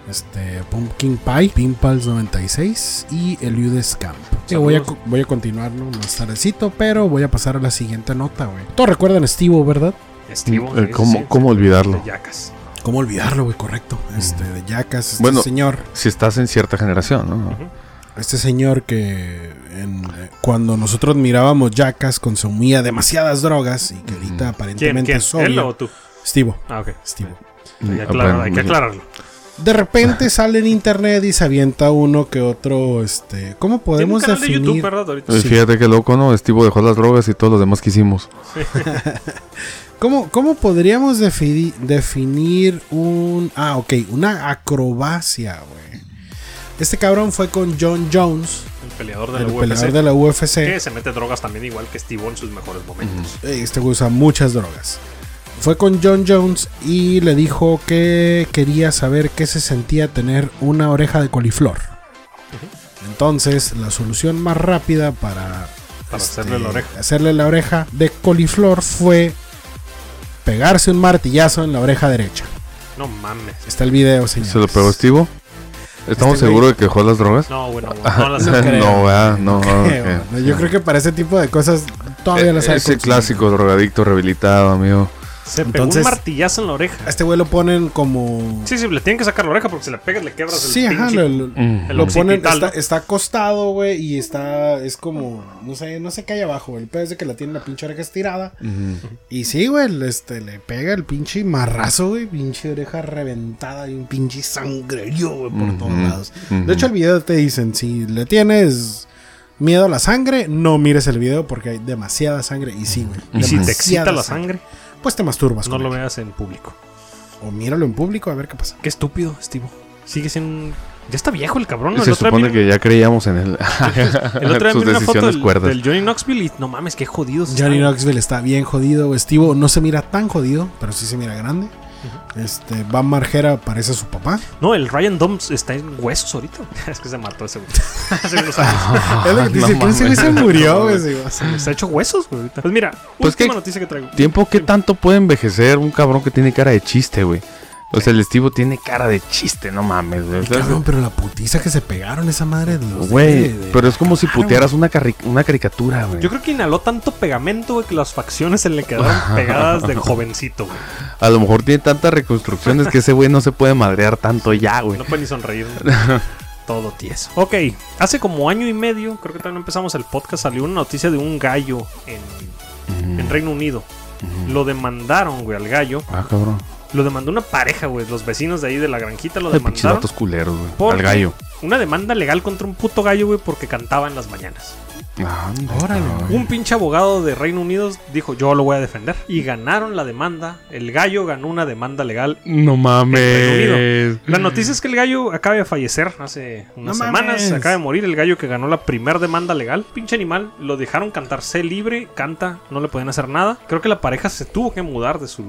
Este, Pumpkin Pie, Pimpals96 y Eliudes Camp. Digo, voy, a,
Saludos.
voy a continuar ¿no? más tardecito, pero voy a pasar a la siguiente nota, güey. Todos recuerdan a Estivo, ¿verdad?
Estivo.
Eh,
sí,
¿Cómo,
sí,
cómo
De
olvidarlo?
yacas.
¿Cómo olvidarlo, güey? Correcto. Este, de Yacas, este
Bueno.
señor.
Si estás en cierta generación, ¿no?
Este señor que en- cuando nosotros mirábamos Yacas consumía demasiadas drogas y que ahorita
¿Quién?
aparentemente
¿Quién?
es
¿Él
obvio.
o tú?
Estivo,
Ah, ok.
Estivo.
Hay, que
Ah,
aclarar-
bueno,
hay que aclararlo.
De repente sale en internet y se avienta uno que otro, este,
Tiene un
¿cómo podemos
canal
definir?
de YouTube, ¿verdad? Ahorita.
Eh, Fíjate qué loco, ¿no? Estivo dejó las drogas y todos los demás que hicimos.
¿Cómo, cómo podríamos defini- definir un... Ah, ok, una acrobacia, güey. Este cabrón fue con John Jones,
El peleador de
el
la UFC.
peleador de la UFC.
Que se mete drogas también igual que Steve en sus mejores momentos.
Eh, Este güey usa muchas drogas. Fue con John Jones y le dijo que quería saber qué se sentía tener una oreja de coliflor. Entonces, la solución más rápida para, este,
Para hacerle
Este
la oreja.
hacerle la oreja de coliflor fue pegarse un martillazo en la oreja derecha.
No mames.
Está el video, señores.
¿Se lo pegó este Estivo? ¿Estamos
Este güey-
seguros de que dejó las drogas?
No, bueno, no las
no,
creo.
¿verdad? no,
Eh,
ok.
bueno, Yo creo que para ese tipo de cosas todavía
Eh,
las hay.
Ese
consumido.
clásico drogadicto rehabilitado, amigo.
Se pegó
Entonces-
un martillazo en la oreja.
A este güey lo ponen como...
Sí, sí, le tienen que sacar la oreja porque si le pegas le quebras el
Sí, ajá,
pinche-
lo- lo-
Mm.
el
Lo ponen,
occipital,
está,
¿no?
está acostado, güey, y está, es como, no sé, no sé qué hay abajo, güey. El pedo es de que la tiene la pinche oreja estirada.
Mm.
Y sí, güey, le- este, le pega el pinche marrazo, güey, pinche oreja reventada y un pinche sangrerío, güey, por todos
Ujú,
lados.
ujú.
De hecho, el video te dicen, si le tienes miedo a la sangre, no mires el video porque hay demasiada sangre. Y sí, güey.
Y si te
demasiada
excita la sangre,
pues te masturbas.
no
con
lo
él.
veas en público.
O míralo en público a ver qué pasa.
Qué estúpido, Steve. Sigue siendo. Ya está viejo el cabrón. ¿no?
Se
El otro día
supone
vi-
que ya creíamos en él.
El otro día
Sus
vi una foto
decisiones
del,
cuerdas.
del Johnny Knoxville y no mames, qué jodidos. están.
Johnny Knoxville está bien jodido. güey. Steve no se mira tan jodido, pero sí se mira grande. Este, Van Margera parece a su papá.
No, el Ryan Doms está en huesos ahorita. es que se mató ese güey. Hace unos años.
es lo que
Ah, no
dice, que ese güey se
mames.
murió, güey. sí, güey.
Se les ha hecho huesos, güey. ahorita. Pues mira,
Pues
última
que-
noticia que traigo.
¿Tiempo qué tanto puede envejecer un cabrón que tiene cara de chiste, güey? O sea, el Estivo tiene cara de chiste, no mames, güey. O sea,
Cabrón, pero la putiza que se pegaron esa madre de los
Güey,
de- de-
pero es como si
Claro,
putearas una, carri- una caricatura, güey.
Yo creo que inhaló tanto pegamento, güey, que las facciones se le quedaron pegadas de jovencito, güey.
A lo mejor tiene tantas reconstrucciones que ese güey no se puede madrear tanto ya, güey.
No puede ni sonreír. Todo tieso. Ok, hace como año y medio, creo que también empezamos el podcast, salió una noticia de un gallo en,
Mm.
en Reino Unido. Lo demandaron, güey, al gallo.
Ah, cabrón.
Lo demandó una pareja, güey. Los vecinos de ahí de la granjita lo
Ay, pinches
demandaron.
datos culeros, güey.
Porque
Al gallo.
Una demanda legal contra un puto gallo, güey, porque cantaba en las mañanas.
Anda,
Órale.
cabrón.
Un pinche abogado de Reino Unido dijo, yo lo voy a defender. Y ganaron la demanda. El gallo ganó una demanda legal.
No mames.
La noticia es que el gallo acaba de fallecer hace unas
No
semanas.
mames.
Acaba de morir el gallo que ganó la primer demanda legal. Pinche animal, lo dejaron cantar, sé libre, canta, no le podían hacer nada. Creo que la pareja se tuvo que mudar de su...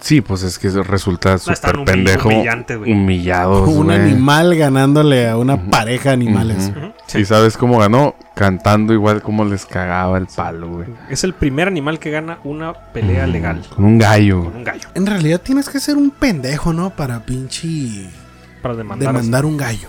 Sí, pues es que resulta
están
súper
humil-
pendejo.
humillantes, güey.
Humillados,
Un
güey.
animal ganándole a una pareja de animales.
Ujú. ¿Y sabes cómo ganó? Cantando igual como les cagaba el palo, güey.
Es el primer animal que gana una
Mm.
pelea legal.
Con un gallo.
Con
güey.
un gallo.
En realidad tienes que ser un pendejo, ¿no? Para pinche
Para demandar.
demandar un gallo.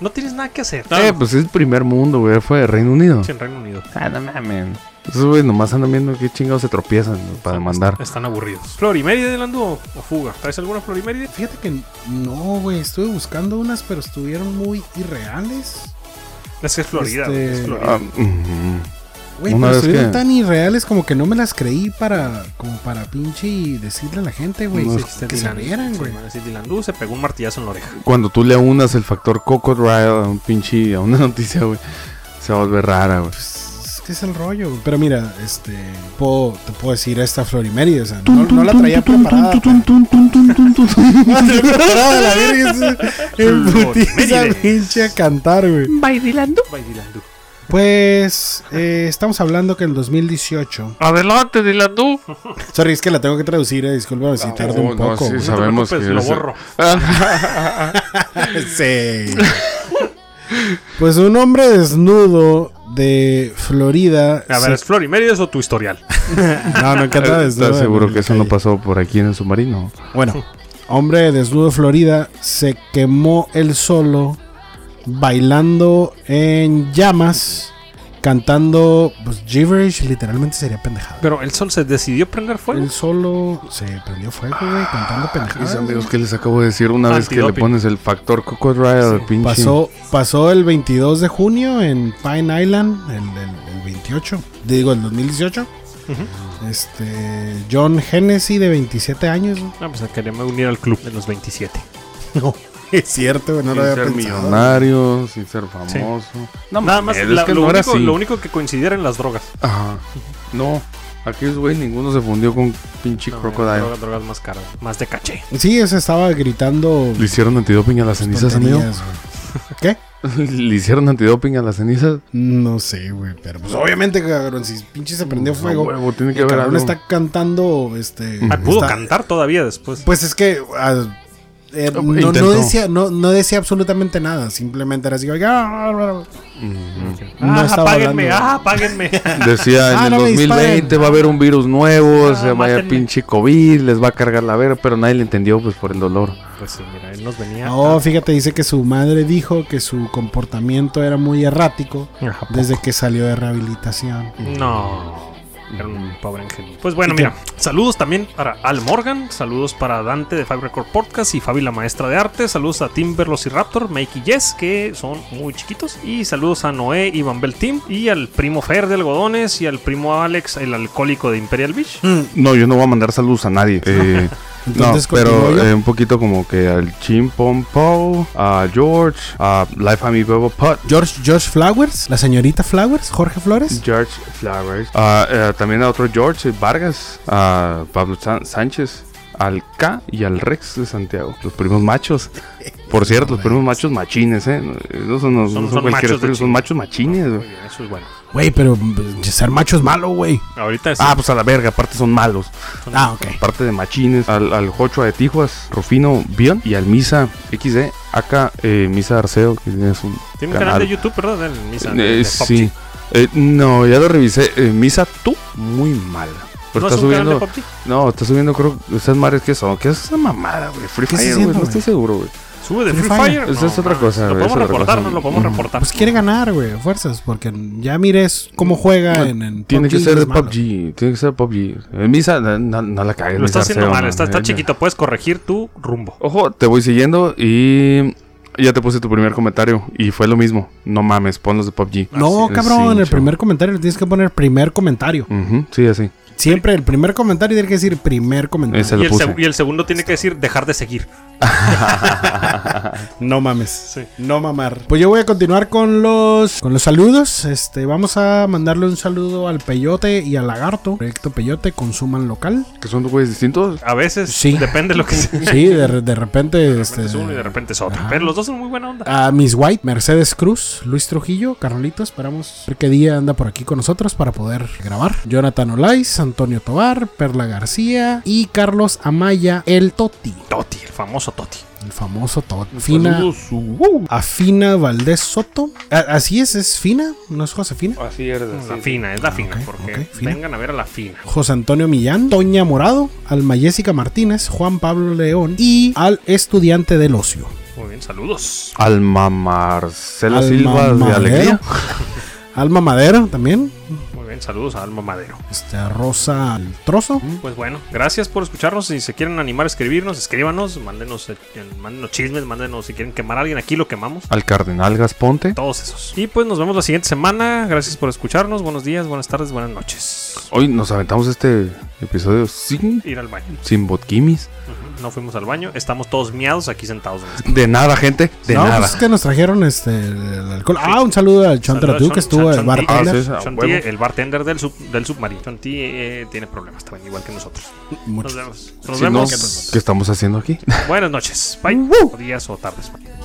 No tienes nada que hacer.
Eh, pues es el primer mundo, güey. Fue de Reino Unido.
En Reino Unido.
Ah, no mames. Esos güey nomás andan viendo qué chingados se tropiezan güey, para demandar.
Están aburridos. ¿Florimeria del ando o fuga? ¿Traes alguna Florimeria?
Fíjate que no, güey. Estuve buscando unas, pero estuvieron muy irreales.
Es que es Florida.
Este,
güey, es Florida.
Ah, mm,
Güey,
Una
pero
vez
estuvieron
que-
tan irreales como que no me las creí para, como para pinche y decirle a la gente, güey,
No,
se-
es
Este
que se
Dylan-
vieran,
sí,
güey.
man, sí, Dylan Luz se pegó un martillazo en la oreja.
Cuando tú le aunas el factor cocodrilo a un pinche, a una noticia, güey, se va a volver rara, güey.
Pues, es que es el rollo, güey. Pero mira, este, puedo, te puedo decir esta Florimeri, o sea, no, no la traía preparada. No la traía preparada, la verga, es- en putiza,
Florimérides.
pinche a cantar, güey.
By Dylan Luz.
Pues, eh, estamos hablando que en 2018...
Adelante, Dylan, tú.
Sorry, es que la tengo que traducir, eh, discúlpame si tardo un poco.
sí,
güey.
No te
sabemos
preocupes,
que
lo
es-
borro.
Sí. Pues un hombre desnudo de Florida.
A ver, ¿es Florimerides o tu historial?
se- No, no, que anda desnudo.
Eh, ¿Estás
en
seguro
la
que eso no
calle.
pasó por aquí en el submarino?
Bueno, hombre desnudo de Florida se quemó el solo bailando en llamas, cantando pues, gibberish, literalmente sería pendejada.
Pero pues. el sol se decidió prender fuego.
El solo se prendió fuego, güey,
Ah,
cantando
Mis amigos,
pendejadas.
que les acabo de decir una vez que le
Antidoping.
pones el factor cocodrilo al pinche.
Pasó, pasó el 22 de junio en Pine Island, el, el- el 28, digo el 2018.
Ujú.
Este John Hennessy de 27 años. güey.
No, pues queremos unir al club de los 27.
No, es cierto, güey, no
sin
lo había
ser
pensado.
millonario, sin ser famoso.
Nada más,
es
la-
que
lo,
no era
único,
así.
lo único que coincidiera en las drogas.
Ajá. No, aquellos güey ninguno se fundió con pinche
No,
crocodile.
drogas, drogas más caras, más de caché.
Sí, ese estaba gritando
Le hicieron antidoping a las cenizas, amigo.
tonterías, güey. ¿Qué?
¿Le hicieron antidoping a las cenizas?
No sé, güey, pero pues obviamente, cabrón, si pinche se prendió fuego.
huevo, tiene
y
que haber
cabrón
algo.
está cantando, este...
Ah, pudo
está-
cantar todavía después.
Pues es que... ah, eh, no, no
Intentó.
decía, no, no decía absolutamente nada, simplemente era así, oiga, ah, bla, bla, bla. no
ah,
estaba
apáguenme,
hablando.
ah, apáguenme.
Decía, en
Ah,
el
no me
2020
disparen.
va a haber un virus nuevo,
Ah,
se va a
mátenme.
pinche COVID, les va a cargar la verga, pero nadie le entendió pues por el dolor.
pues sí, mira, él nos venía.
No, fíjate, dice que su madre dijo que su comportamiento era muy errático
Ajá, poco.
desde que salió de rehabilitación.
No. Era un pobre ángel. Pues bueno, mira, saludos también para Al Morgan, saludos para Dante de Five Record Podcast y Fabi la maestra de arte, saludos a Tim Velociraptor, Mike y Jess, que son muy chiquitos, y saludos a Noé y Bambel Team, y al primo Fer de Algodones, y al primo Alex, el alcohólico de Imperial Beach.
No, yo no voy a mandar saludos a nadie. Eh, no,
Entonces,
pero
¿continúo yo?
eh, un poquito como que al Chim Pom Po, a George, a Life Ami Bebo Pot,
George, George Flowers, la señorita Flowers, Jorge Flores.
George Flowers, a, eh, también a otro George Vargas, a Pablo San- Sánchez, al K y al Rex de Santiago, los primos machos. Por cierto, los primos machos machines, ¿eh? No son, no
Son- son
son cualquier
machos de
primo, son
chinga.
machos machines.
Muy
güey.
bien, eso es bueno.
Güey, pero mm, ser macho es malo, güey.
Ahorita es.
Ah, pues a la verga, aparte son malos.
Ah, ok.
parte de Machines, al, al Jocho de Tijuas, Rufino Bion y al Misa XD, acá eh, Misa Arceo, que tienes un
Tiene un canal de YouTube, ¿verdad? Del Misa, de-
Eh,
de
sí.
PUBG.
Eh, no, ya lo revisé. Eh, Misa tú, muy mala.
¿No
Pero Pues está
es un canal de
subiendo.
PUBG?
No, está subiendo, creo. Esas madres que son. ¿Qué es esa mamada, güey? Free
¿Qué está
Fire,
haciendo,
güey. No
güey?
estoy seguro, güey.
¿Sube de
Free
Free Fire?
Fire. Esa es otra
mames.
cosa,
Lo
güey,
podemos
es otra
reportar,
cosa.
¿no? Lo podemos
Ujú.
reportar.
Pues quiere ganar, güey, a fuerzas, porque ya mires cómo juega en, en
Tiene que
PUBG,
ser de
es malo.
PUBG. Tiene que ser PUBG. Eh, Misa, no, no- no la cagues.
Lo está
Misa
haciendo
Arceo,
mal,
no.
está, está
Eh,
chiquito, puedes corregir tu rumbo.
Ojo, te voy siguiendo y. Ya te puse tu primer comentario y fue lo mismo. No mames, pon los de PUBG.
No,
Así,
cabrón,
sí,
en el
chavo.
primer comentario le tienes que poner primer comentario.
Ujú, sí, así.
Siempre el primer comentario tiene que decir primer comentario.
Ese
Y
lo
el,
puse.
seg- y el segundo tiene que decir dejar de seguir.
No mames.
Sí.
No mamar. Pues yo voy a continuar con los con los saludos. Este, vamos a mandarle un saludo al Peyote y al Lagarto. Proyecto Peyote, consuman local.
¿Que son dos güeyes distintos?
A veces
Sí.
depende de lo que sea.
Sí, de, de repente.
De repente
este,
es uno y de repente es otro.
Ajá.
Pero los dos son muy buena onda.
a Miss White, Mercedes Cruz, Luis Trujillo, Carolito, esperamos ver qué día anda por aquí con nosotros para poder grabar. Jonathan Olais, Antonio Tobar, Perla García y Carlos Amaya, el Toti,
Toti, el famoso Toti.
el famoso
Pues
Toti. Fina, a Fina Valdés Soto. A- así es, es Fina, no es Josefina.
Así es.
La fina, es la fina.
Ah, ok,
porque
ok, fina.
vengan a ver a la fina.
José Antonio Millán, Toña Morado, Alma Jessica Martínez, Juan Pablo León y al estudiante del ocio.
Muy bien, saludos.
Alma Marcela
Alma
Silva de
Madero.
Alegría.
Alma Madero también,
Muy bien, saludos a Alma Madero.
este, a Rosa El Trozo.
Pues bueno, gracias por escucharnos. Si se quieren animar a escribirnos, escríbanos. Mándenos, eh, mándenos chismes, mándenos si quieren quemar a alguien. Aquí lo quemamos.
Al Cardenal Gasponte.
Todos esos. Y pues nos vemos la siguiente semana. Gracias por escucharnos. Buenos días, buenas tardes, buenas noches.
Hoy nos aventamos este episodio sin,
Ir al baño.
sin botquimis.
Ujú, No fuimos al baño. Estamos todos miados aquí sentados. en
De nada, gente. De
no,
nada.
pues es que nos trajeron este, el alcohol. Ah, un saludo al Chon
Saludos,
Tratu que estuvo
Chon-
el
Chon-
bartender.
Ah, sí, a
Chonti,
huevo.
el bartender del, sub- del submarino. Chonti eh, tiene problemas también, igual que nosotros.
Mucho.
Nos vemos. Nos
Si no,
vemos.
¿Qué estamos haciendo aquí?
Buenas noches. Bye. Días o tardes. Bye.